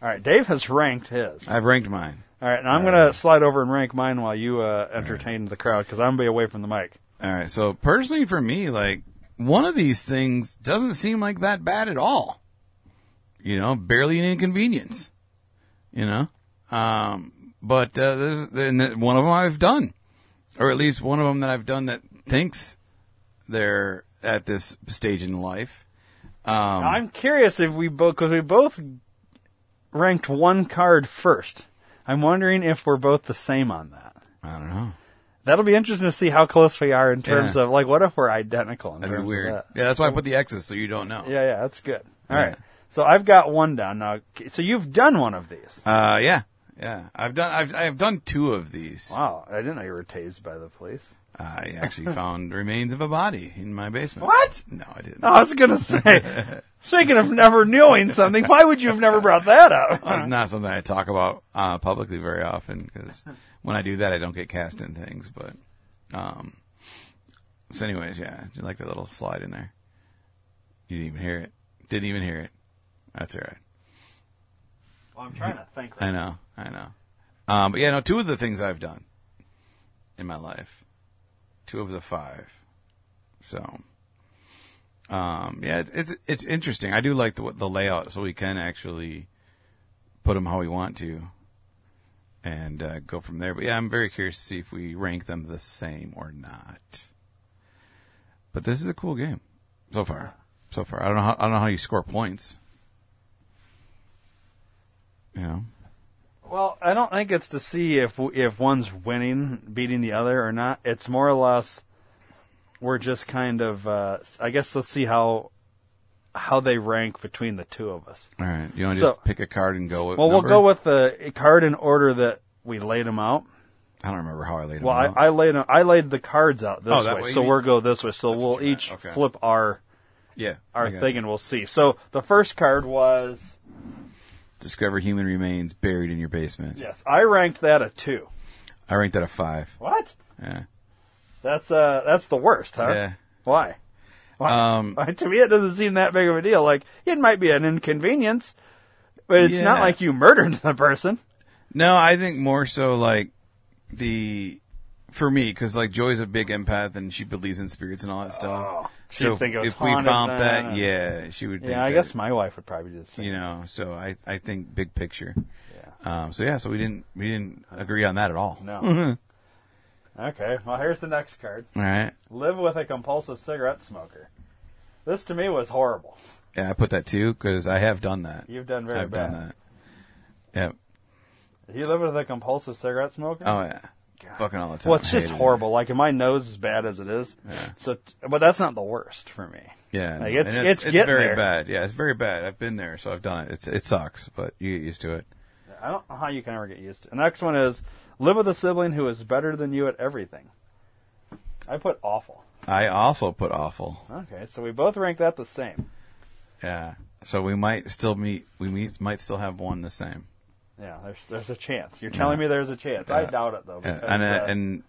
B: All right, Dave has ranked his.
A: I've ranked mine.
B: All right, and I'm gonna slide over and rank mine while you uh, entertain the crowd because I'm gonna be away from the mic.
A: All right. So personally, for me, like one of these things doesn't seem like that bad at all. You know, barely an inconvenience. You know, um, but uh, there's and that- one of them I've done, or at least one of them that I've done that thinks they're at this stage in life. Um,
B: I'm curious if we both because we both ranked one card first. I'm wondering if we're both the same on that.
A: I don't know.
B: That'll be interesting to see how close we are in terms
A: Yeah.
B: of like what if we're identical in
A: That'd be
B: terms
A: weird.
B: of that.
A: Yeah, that's why I put the X's so you don't know.
B: Yeah, yeah, that's good. All right,
A: Yeah.
B: so I've got one down now. So you've done one of these.
A: Uh, yeah, yeah. I've done. I've I've done two of these.
B: Wow, I didn't know you were tased by the police.
A: I actually found remains of a body in my basement.
B: What? Oh,
A: No, I didn't.
B: I was gonna say. Speaking of never knowing something, why would you have never brought that up?
A: Well, it's not something I talk about uh, publicly very often because when I do that, I don't get cast in things. But, um, so anyways, yeah, I like that little slide in there. You didn't even hear it. Didn't even hear it. That's all right.
B: Well, I'm trying to think.
A: I know. I know. Um, but yeah, no, two of the things I've done in my life, two of the five. So, um, yeah, it's, it's, it's interesting. I do like the, the layout so we can actually put them how we want to and, uh, go from there. But yeah, I'm very curious to see if we rank them the same or not. But this is a cool game so far. So far. I don't know how, I don't know how you score points. You know?
B: Well, I don't think it's to see if if one's winning, beating the other or not. It's more or less we're just kind of. Uh, I guess let's see how how they rank between the two of us.
A: All right. You want to
B: So-
A: just pick a card and go with
B: Well,
A: number?
B: we'll go with the card in order that we laid them out.
A: I don't remember how I laid them
B: Well, I,
A: out.
B: I laid 'em- I laid the cards out this
A: Oh, that
B: way,
A: way
B: so
A: you-
B: we'll go this way. So
A: That's
B: we'll
A: what you meant.
B: each
A: Okay.
B: flip our
A: yeah.
B: our
A: I got
B: thing
A: it.
B: and we'll see. So the first card was
A: Discover human remains buried in your basement.
B: yes, I ranked that a two.
A: I ranked that a five.
B: What?
A: Yeah.
B: That's uh that's the worst, huh?
A: Yeah.
B: Why? Why?
A: Um,
B: Why- to me, it doesn't seem that big of a deal. Like it might be an inconvenience, but it's not
A: Yeah.
B: like you murdered the person.
A: No, I think more so like the for me because like Joy's a big empath and she believes in spirits and all that stuff.
B: Oh, she'd think it was
A: if we
B: haunted
A: found
B: then,
A: that,
B: and-
A: yeah, she would. Think
B: Yeah, I
A: that,
B: guess my wife would probably do the same.
A: you know. So I I think big picture. Yeah. Um. So yeah. So we didn't we didn't agree on that at all.
B: No. okay. Well, here's the next card.
A: All right.
B: Live with a compulsive cigarette smoker. This to me was horrible.
A: Yeah, I put that too because I have done that.
B: You've done very
A: I've
B: bad.
A: done that. Yep.
B: You live with a compulsive cigarette smoker.
A: Oh yeah. Fucking all the time.
B: Well, it's
A: I
B: just
A: hated it.
B: horrible. Like, my nose is bad as it is. So, t- but that's not the worst for me.
A: Yeah,
B: Like,
A: no,
B: it's-
A: and
B: it's getting
A: very
B: there.
A: bad. Yeah, it's very bad. I've been there, so I've done it. It's it sucks, but you get used to it.
B: I don't know how you can ever get used to. it. The next one is live with a sibling who is better than you at everything. I put awful.
A: I also put awful.
B: Okay, so we both rank that the same.
A: Yeah, so we might still meet. We meet, might still have one the same.
B: Yeah, there's there's a chance. You're telling me there's a chance. I
A: Yeah.
B: doubt it though.
A: Yeah,
B: because,
A: and I,
B: uh,
A: and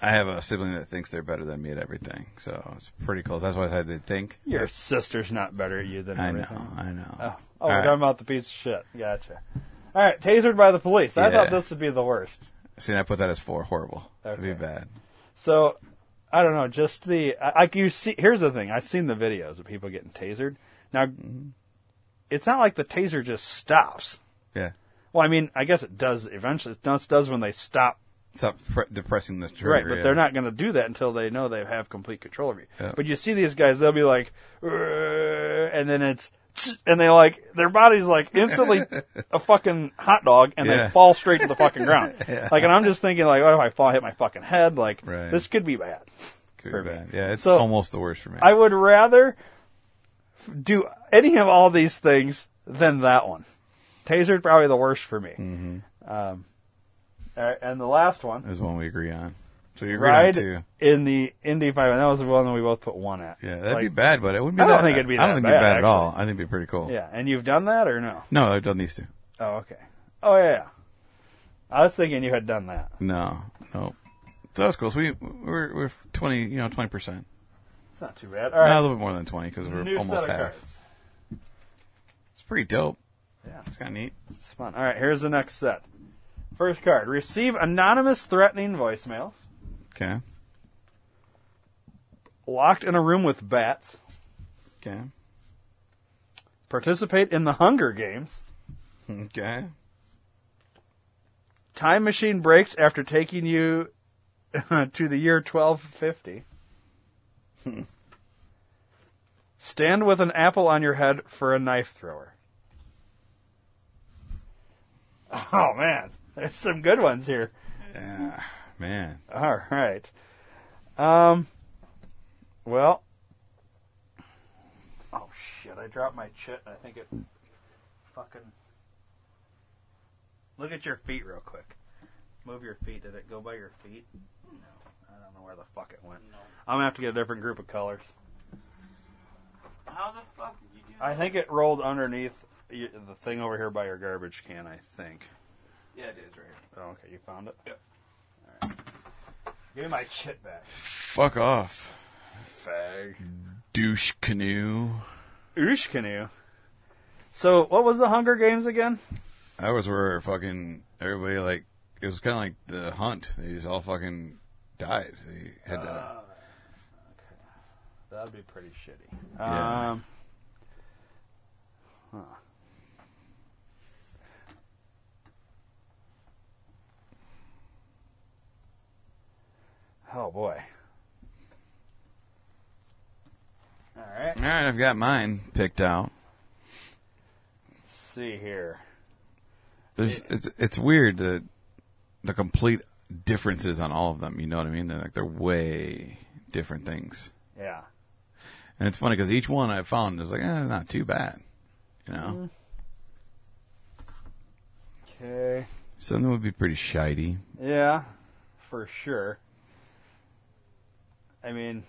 A: I have a sibling that thinks they're better than me at everything, so it's pretty close. That's why I said they think.
B: your sister's not better at you than
A: I
B: everything.
A: know, I know.
B: Oh, oh
A: All
B: we're
A: right.
B: talking about the piece of shit. Gotcha. All right, tasered by the police. I
A: Yeah.
B: thought this would be the worst.
A: See, I put that as four. Horrible. That'd be
B: Okay.
A: bad.
B: So I don't know. Just the I, I you see. Here's the thing. I've seen the videos of people getting tasered. Now,
A: Mm-hmm.
B: it's not like the taser just stops.
A: Yeah.
B: Well, I mean, I guess it does eventually. It does, does when they stop,
A: Stop pre- depressing the trigger.
B: right? But
A: yeah.
B: they're not going to do that until they know they have complete control of you.
A: Yeah.
B: But you see these guys; they'll be like, "Rrrr," and then it's and they like their body's like instantly a fucking hot dog, and
A: Yeah.
B: they fall straight to the fucking ground. Like, and I'm just thinking, like, what if I fall, hit my fucking head? Like,
A: Right.
B: this could be bad.
A: Could
B: For
A: be
B: me.
A: bad. Yeah, it's
B: So-
A: almost the worst for me.
B: I would rather f- do any of all these things than that one. Taser's probably the worst for me.
A: Mm-hmm.
B: Um, a- and the last one,
A: is one we agree on. So you agree on
B: ride
A: two.
B: in the Indy 5, and that was the one that we both put one at.
A: Yeah, that'd
B: Like,
A: be bad, but it wouldn't be.
B: I don't
A: that-
B: think it'd be
A: I
B: that
A: don't think it'd be bad
B: bad,
A: at all. I think it'd be pretty cool.
B: Yeah, and you've done that or no?
A: No, I've done these two.
B: Oh, okay. Oh, yeah. yeah. I was thinking you had done that.
A: No, no. So that's cool. So we we're, we're twenty, you know, twenty percent.
B: It's not too bad. All right.
A: a little bit more than twenty because we're
B: New
A: almost
B: set of
A: half.
B: cards.
A: It's pretty dope.
B: Yeah.
A: It's kind of neat.
B: It's fun. All right, here's the next set. First card receive anonymous threatening voicemails,
A: Okay.
B: locked in a room with bats,
A: Okay.
B: participate in the Hunger Games,
A: Okay.
B: time machine breaks after taking you to the year 1250, stand with an apple on your head for a knife thrower. Oh, man. There's some good ones here.
A: Yeah, man.
B: All right. Um. Well. Oh shit! I dropped my chit. and I think it. Fucking. Look at your feet real quick. Move your feet. Did it go by your feet? No. I don't know where the fuck it went. I'm gonna have to get a different group of colors.
F: How the fuck did you do
B: I think it rolled underneath y- the thing over here by your garbage can. I think.
F: that? Yeah, it is right here.
B: Oh, okay. You found it. Yep. Give me my chit back,
A: Fuck off,
B: fag.
A: douche canoe.
B: Oosh canoe. So what was the Hunger Games again?
A: That was where fucking everybody like it was kind of like the hunt. They just all fucking died. They had to.
B: Ah. That'd be pretty shitty.
A: Yeah.
B: Um, huh. Oh boy. All right.
A: All right, I've got mine picked out.
B: Let's see here.
A: There's it's it's weird the the complete differences on all of them. You know what I mean? They're like they're way different things,
B: Yeah.
A: and it's funny because each one I found is like eh, not too bad, you know.
B: Mm. Okay.
A: Some of them would be pretty shitey.
B: Yeah, for sure. I mean,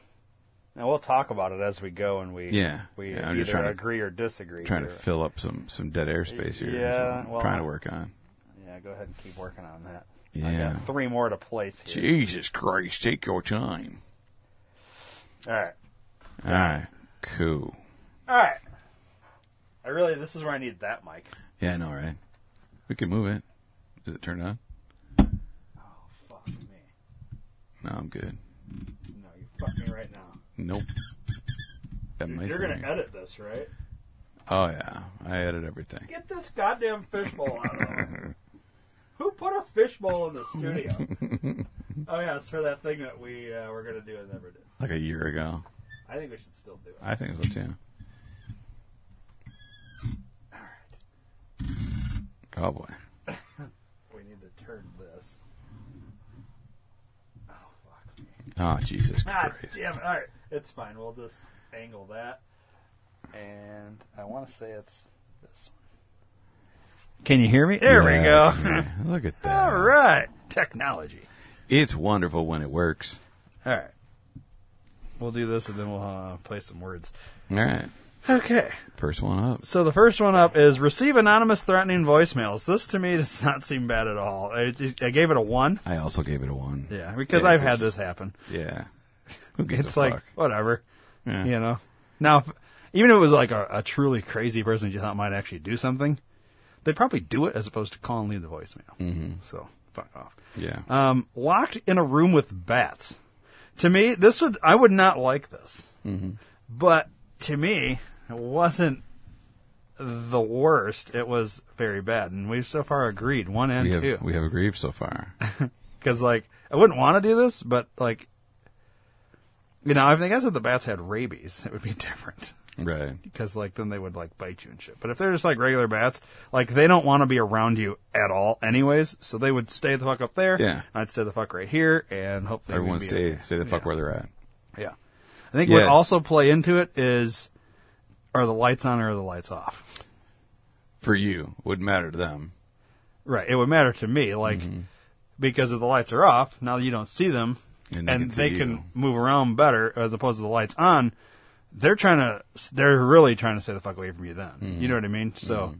B: now we'll talk about it as we go, and we
A: Yeah,
B: we
A: yeah, I'm
B: either
A: just trying to-
B: agree or disagree.
A: Trying to
B: here.
A: fill up some some dead air space here.
B: Yeah,
A: I'm
B: well-
A: trying to work on.
B: yeah, go ahead and keep working on that. I
A: Yeah.
B: got three more to place here.
A: Jesus Christ, take your time.
B: All right,
A: All right, cool.
B: all right. I really this is where I need that mic.
A: Yeah, I know, right? We can move it. Is it turned on?
B: Oh, Fuck me.
A: No, I'm good.
B: No, you fuck me right now.
A: Nope. Got mice
B: You're
A: in
B: gonna
A: here.
B: edit this, right?
A: Oh yeah, I edit everything.
B: Get this goddamn fishbowl out of here. Who put a fishbowl in the studio? oh yeah, it's for that thing that we uh, were gonna do and never did.
A: Like a year ago,
B: I think we should still do it.
A: I think so too. Oh boy.
B: We need to turn this. Oh fuck me.
A: Oh Jesus
B: Ah,
A: Christ.
B: damn it. All right, it's fine. We'll just angle that. And I want to say it's this one. Can you hear me? There we go.
A: Yeah, yeah. Look at that.
B: All right, technology.
A: It's wonderful when it works.
B: All right. We'll do this and then we'll uh, play some words.
A: All right.
B: Okay.
A: First one up.
B: So the first one up is receive anonymous threatening voicemails. This to me does not seem bad at all. I, I gave it a one.
A: I also gave it a one.
B: Yeah, because
A: Yeah,
B: I've had
A: it's-
B: this happen.
A: Yeah. Who gives
B: it's
A: a
B: like
A: fuck?
B: whatever,
A: Yeah.
B: you know. Now, if- even if it was like a, a truly crazy person that you thought might actually do something, they'd probably do it as opposed to call and leave the voicemail. Mm-hmm. So fuck off.
A: Yeah.
B: Um, locked in a room with bats. To me, this would I would not like this,
A: Mm-hmm.
B: but to me, it wasn't the worst. It was very bad, and we've so far agreed one and
A: we have
B: two
A: we have agreed so far.
B: because like I wouldn't want to do this, but like you know, if I guess if the bats had rabies, it would be different.
A: Right.
B: because like then they would like bite you and shit. But if they're just like regular bats, like they don't want to be around you at all, anyways. So they would stay the fuck up there.
A: Yeah.
B: I'd stay the fuck right here, and hopefully we'd
A: Everyone
B: be
A: stay
B: okay.
A: stay the fuck
B: yeah.
A: where they're at.
B: Yeah, I think
A: Yeah.
B: what also play into it is are the lights on or are the lights off.
A: For you, wouldn't matter to them.
B: Right. It would matter to me, like
A: Mm-hmm.
B: because if the lights are off, now you don't see them,
A: And
B: and
A: they
B: they,
A: can
B: can,
A: see you.
B: move around better as opposed to the lights on. They're trying to. They're really trying to stay the fuck away from you. Then
A: Mm-hmm.
B: you know what I mean. So,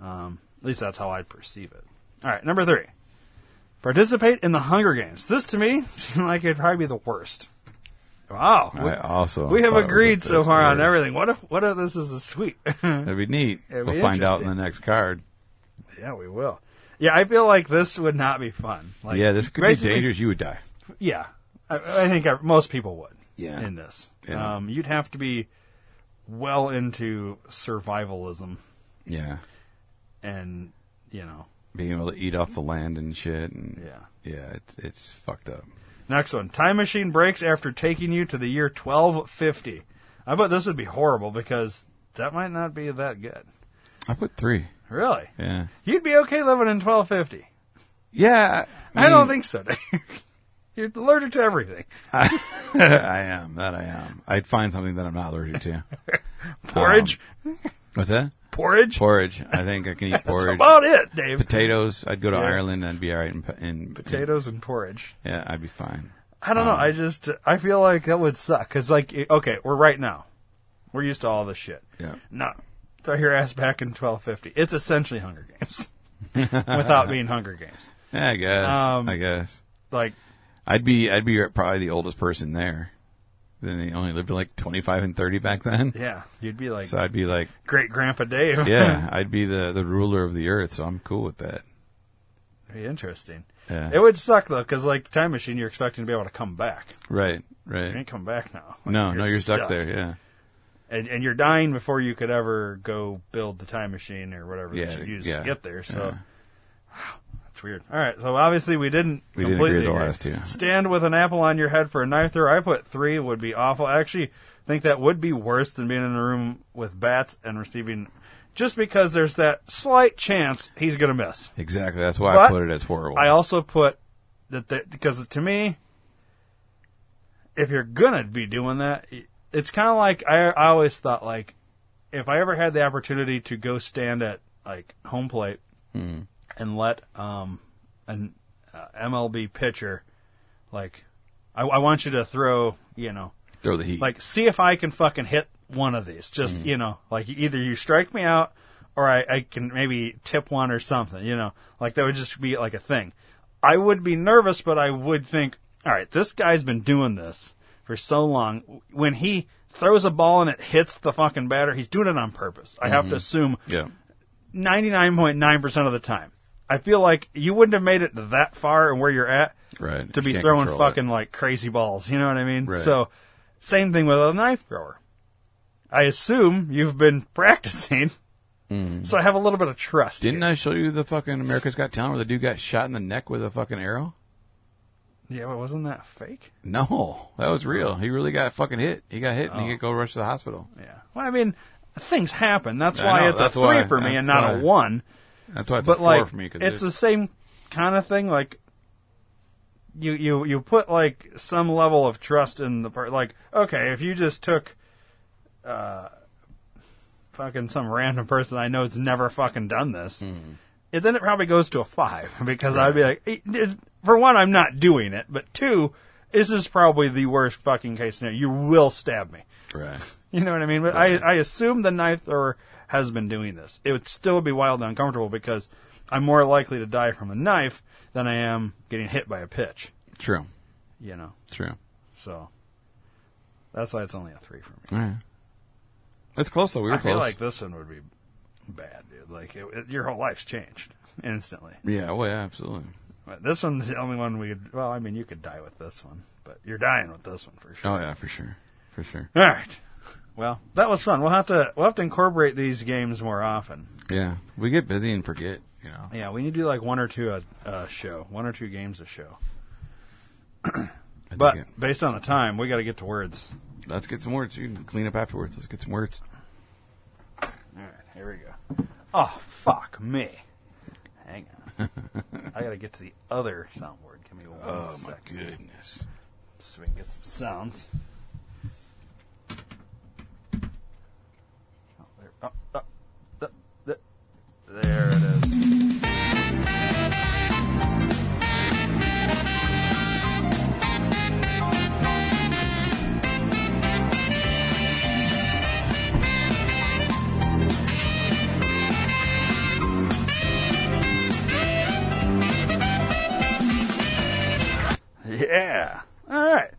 B: um, at least that's how I perceive it. All right, number three. Participate in the Hunger Games. This to me seemed like it'd probably be the worst. Wow, we,
A: I also
B: we have
A: thought it was
B: agreed
A: the
B: so far on
A: worst.
B: everything. What if what if this is a sweep?
A: That'd be neat.
B: It'd be
A: we'll find out in the
B: interesting.
A: next card.
B: Yeah, we will. Yeah, I feel like this would not be fun. Like,
A: yeah, this could be
B: basically-
A: dangerous. You would die.
B: Yeah, I, I think I, most people would.
A: Yeah.
B: in this,
A: Yeah.
B: um, you'd have to be well into survivalism
A: Yeah,
B: and you know,
A: being able to eat off the land and shit. And
B: yeah.
A: yeah, it's it's fucked up.
B: Next one, time machine breaks after taking you to the year twelve fifty. I bet this would be horrible because that might not be that good.
A: I put three.
B: Really,
A: Yeah,
B: you'd be okay living in twelve fifty.
A: yeah.
B: I don't
A: mean,
B: think so. Dave. You're allergic to everything.
A: I am that. I am. I'd find something that I'm not allergic to. Um,
B: Porridge,
A: What's that?
B: porridge.
A: Porridge. I think I can eat
B: That's
A: porridge.
B: about it, Dave.
A: Potatoes. I'd go to
B: Yeah.
A: Ireland. and I'd be all right in, po- in
B: Potatoes and porridge.
A: Yeah, I'd be fine.
B: I don't
A: Um,
B: know. I just I feel like that would suck because like it- okay, we're right now, we're used to all this shit.
A: Yeah.
B: No, throw your ass back in twelve fifty. It's essentially Hunger Games without being Hunger Games.
A: Yeah, I guess.
B: Um,
A: I guess.
B: Like
A: I'd be I'd be probably the oldest person there. Then they only lived to like 25 and 30 back then.
B: yeah, you'd be like
A: So I'd be like,
B: great grandpa Dave.
A: yeah, I'd be the the ruler of the earth, so I'm cool with that.
B: It'd be interesting.
A: Yeah.
B: It would suck though because like the time machine, you're expecting to be able to come back.
A: right,
B: You
A: right.
B: can't come back now. Like,
A: No, no, you're stuck, there, yeah.
B: and and you're dying before you could ever go build the time machine or whatever
A: Yeah,
B: that you use
A: yeah,
B: to get there. So
A: yeah.
B: that's weird. All right, so obviously we didn't
A: We didn't
B: completely
A: agree with the last two.
B: Stand with an apple on your head for a knife throw. I put three would be awful. I actually think that would be worse than being in a room with bats and receiving, just because there's that slight chance he's gonna miss.
A: Exactly. That's why I
B: But
A: put it as horrible.
B: I also put that the, because to me, if you're gonna be doing that, it's kind of like I, I always thought like if I ever had the opportunity to go stand at like home plate and let um an uh, MLB pitcher like I, I want you to throw you know
A: Throw the heat.
B: like see if I can fucking hit one of these. Just you know, like either you strike me out or I, I can maybe tip one or something. You know, like that would just be like a thing. I would be nervous, but I would think, all right, this guy's been doing this for so long. When he throws a ball and it hits the fucking batter, he's doing it on purpose. I have to assume
A: yeah.
B: 99.9% of the time. I feel like you wouldn't have made it that far and where you're at
A: Right.
B: to
A: You
B: be
A: can't
B: throwing
A: control
B: fucking like crazy balls. You know what I mean?
A: Right.
B: So, same thing with a knife thrower. I assume you've been practicing, so I have a little bit of trust.
A: Mm-hmm. Didn't
B: here.
A: I show you the fucking America's Got Talent where the dude got shot in the neck with a fucking arrow?
B: Yeah, but wasn't that fake?
A: No, that was real. He really got fucking hit. He got hit and he could go rush to the hospital.
B: Oh. Yeah. Well, I mean, things happen. That's
A: I
B: why
A: know,
B: it's
A: that's
B: a three
A: why,
B: for me and
A: that's
B: not
A: why.
B: a one.
A: That's why it's a
B: but
A: four
B: like
A: for me. Cause
B: it's
A: it-
B: the same kind of thing like you you you put like some level of trust in the part like okay if you just took uh fucking some random person i know has never fucking done this
A: Hmm.
B: it, then it probably goes to a five because i'd be like it- it- for one i'm not doing it but two this is probably the worst fucking case scenario you will stab me
A: right.
B: you know what I mean? But I, I assume the knife thrower has been doing this. It would still be wildly uncomfortable because I'm more likely to die from a knife than I am getting hit by a pitch.
A: True.
B: You know,
A: True.
B: so that's why it's only a three for me.
A: All right. That's close though. We were
B: I
A: close.
B: feel like this one would be bad, dude. Like it, it- your whole life's changed instantly.
A: yeah. Well, yeah. Absolutely.
B: But this one's the only one we. Could, well, I mean, you could die with this one, but you're dying with this one for sure.
A: Oh yeah, for sure. For sure.
B: All right. Well, that was fun. We'll have to we'll have to incorporate these games more often.
A: Yeah. We get busy and forget. You know.
B: Yeah, we need to do like one or two a, a show, one or two games a show.
A: I
B: But
A: think it-
B: based on the time, we got to get to words.
A: Let's get some words. You can clean up afterwards. Let's get some words.
B: All right, here we go. Oh, fuck me. Hang on. I gotta get to the other soundboard. Give me one second,
C: Oh my goodness.
B: So we can get some sounds. Oh, there, oh, oh, th- th- there it is. Yeah. All right.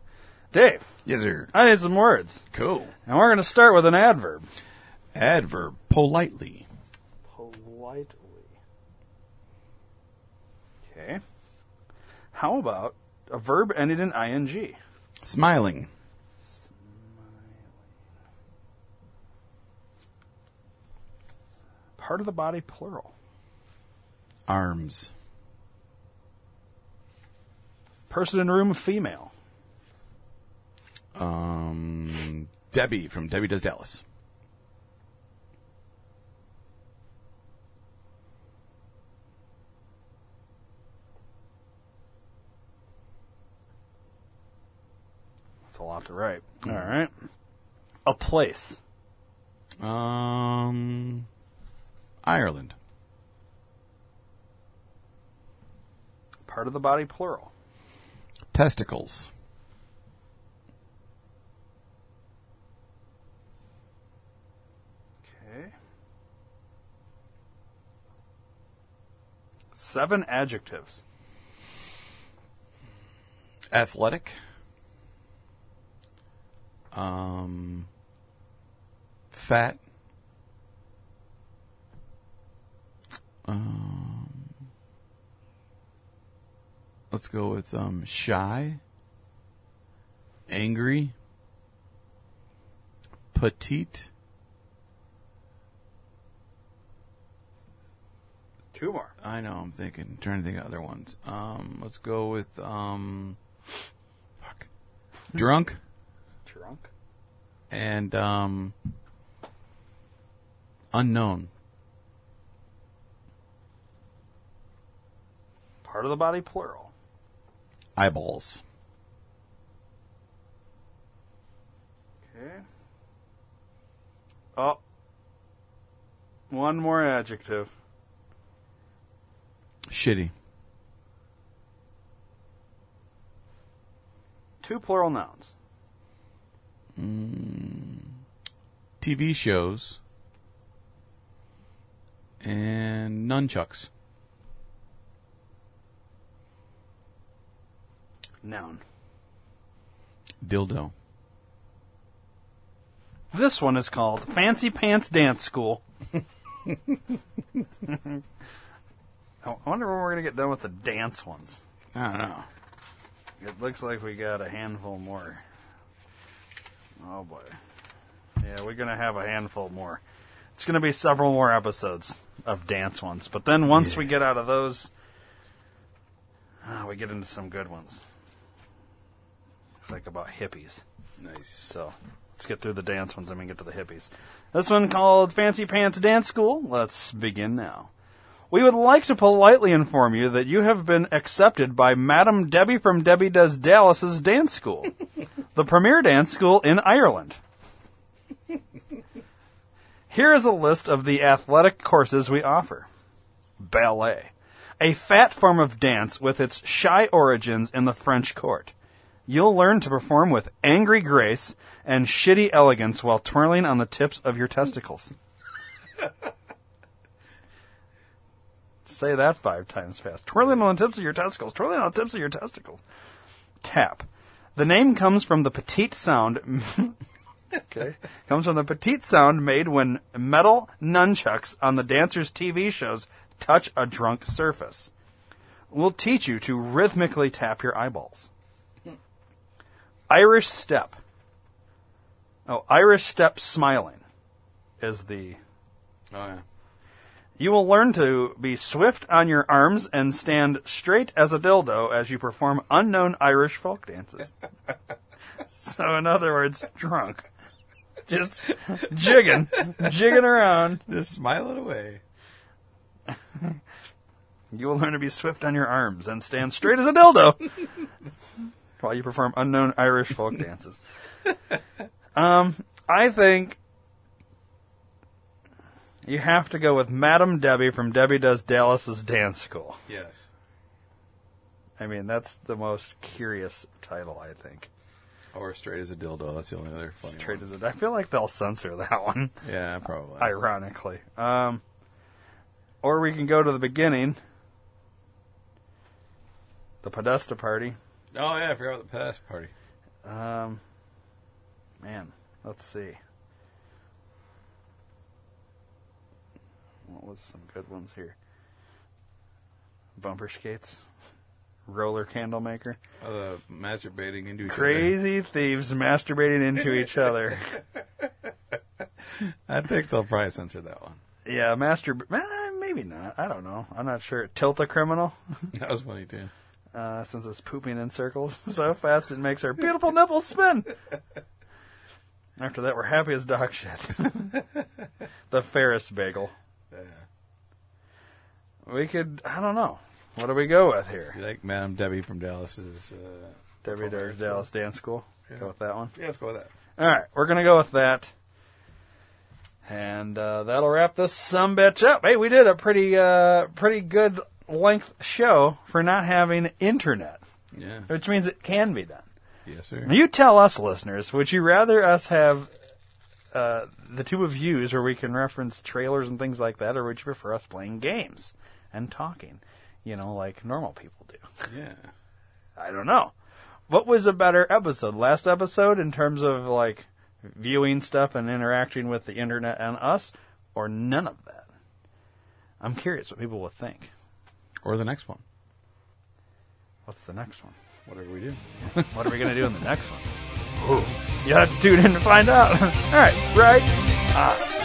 B: Dave,
A: Yes, sir.
B: I need some words.
A: Cool.
B: And we're going to start with an adverb.
A: Adverb politely.
B: politely. Okay. How about a verb ended in ing?
A: Smiling.
B: Part of the body plural.
A: Arms.
B: Person in room female.
A: Um, Debbie from Debbie Does Dallas.
B: That's a lot to write. All right. A place.
A: Um, Ireland.
B: Part of the body plural.
A: Testicles.
B: Okay. Seven adjectives.
A: Athletic. Um, fat. Um, let's go with um, shy. Angry. Petite.
B: Two more.
A: I know. I'm thinking, trying to think of other ones. Um, let's go with um, fuck, drunk
B: Drunk.
A: and um, unknown.
B: Part of the body plural.
A: Eyeballs.
B: Okay. Oh. One more adjective.
A: Shitty.
B: Two plural nouns.
A: TV shows. And nunchucks.
B: Noun.
A: Dildo.
B: This one is called Fancy Pants Dance School. Oh, I wonder when we're going to get done with the dance ones.
A: I don't know.
B: It looks like we got a handful more. Oh boy. Yeah, we're going to have a handful more. It's going to be several more episodes of dance ones. But then once we get out of those, ah, we get into some good ones. Looks like about hippies.
A: Nice.
B: So let's get through the dance ones and we get to the hippies. This one called Fancy Pants Dance School. Let's begin now. We would like to politely inform you that you have been accepted by Madam Debbie from Debbie Does Dallas's dance school, the premier dance school in Ireland. Here is a list of the athletic courses we offer ballet, a fat form of dance with its shy origins in the French court you'll learn to perform with angry grace and shitty elegance while twirling on the tips of your testicles. Say that five times fast. Twirling on the tips of your testicles. Twirling on the tips of your testicles. Tap. The name comes from the petite sound. okay. Comes from the petite sound made when metal nunchucks on the dancers' TV shows touch a drunk surface. We'll teach you to rhythmically tap your eyeballs. Irish step. Oh, Irish step smiling is the.
A: Oh, yeah.
B: You will learn to be swift on your arms and stand straight as a dildo as you perform unknown Irish folk dances. So in other words, drunk. Just jigging, jigging around.
G: Just smile it away.
B: You will learn to be swift on your arms and stand straight as a dildo while you perform unknown Irish folk dances. Um, I think you have to go with Madam Debbie from Debbie Does Dallas's Dance School.
G: Yes.
B: I mean, that's the most curious title, I think.
G: Or straight as a dildo. That's the only other funny
B: Straight
G: one.
B: as it. I feel like they'll censor that one,
G: Yeah, probably.
B: ironically. Um, or we can go to the beginning. The Podesta Party.
G: Oh yeah, I forgot about the past party.
B: Um, man, let's see. What was some good ones here? Bumper skates, roller candle maker,
G: Uh, the masturbating into each other.
B: crazy thieves masturbating into each other.
G: I think they'll probably censor that one.
B: Yeah, master. eh, Maybe not. I don't know. I'm not sure. Tilt a criminal,
G: That was funny too.
B: uh, since it's pooping in circles so fast it makes our beautiful nipples spin. After that, we're happy as dog shit. the Ferris bagel.
G: Yeah.
B: We could. I don't know. What do we go with here?
G: You like Madame Debbie from Dallas is. Uh,
B: Debbie Dare Dallas Dance School.
G: Yeah.
B: Go with that one.
G: yeah, let's go with that.
B: All right, we're gonna go with that, and uh, that'll wrap this some bitch up. Hey, we did a pretty, uh, pretty good length show for not having internet,
G: Yeah.
B: which means it can be done.
G: Yes, sir.
B: Now, you tell us, listeners, would you rather us have uh, the two of yous where we can reference trailers and things like that, or would you prefer us playing games and talking, you know, like normal people do?
G: Yeah.
B: I don't know. What was a better episode? Last episode in terms of like viewing stuff and interacting with the internet and us, or none of that? I'm curious what people will think.
G: Or the next one.
B: What's the next one?
G: Whatever we do.
B: What are we gonna do in the next one? Ooh, you have to tune in to find out. All right, right.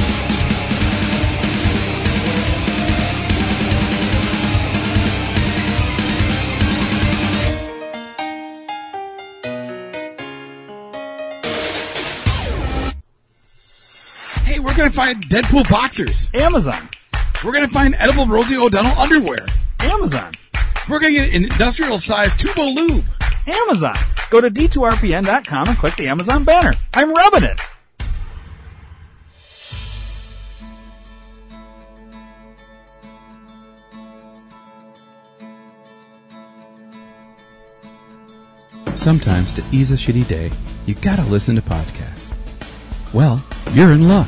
H: Hey, we're gonna find Deadpool boxers.
B: Amazon.
H: We're gonna find edible Rosie O'Donnell underwear.
B: Amazon.
H: We're gonna get an industrial size tubo lube.
B: Amazon. Go to d2rpn.com and click the Amazon banner. I'm rubbing it.
G: Sometimes to ease a shitty day, you gotta listen to podcasts. Well, you're in luck.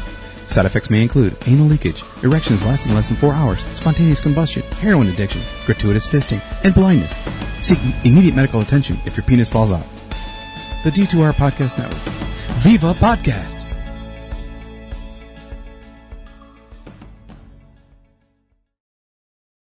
G: Side effects may include anal leakage, erections lasting less than four hours, spontaneous combustion, heroin addiction, gratuitous fisting, and blindness. Seek immediate medical attention if your penis falls out. The D2R Podcast Network. Viva Podcast!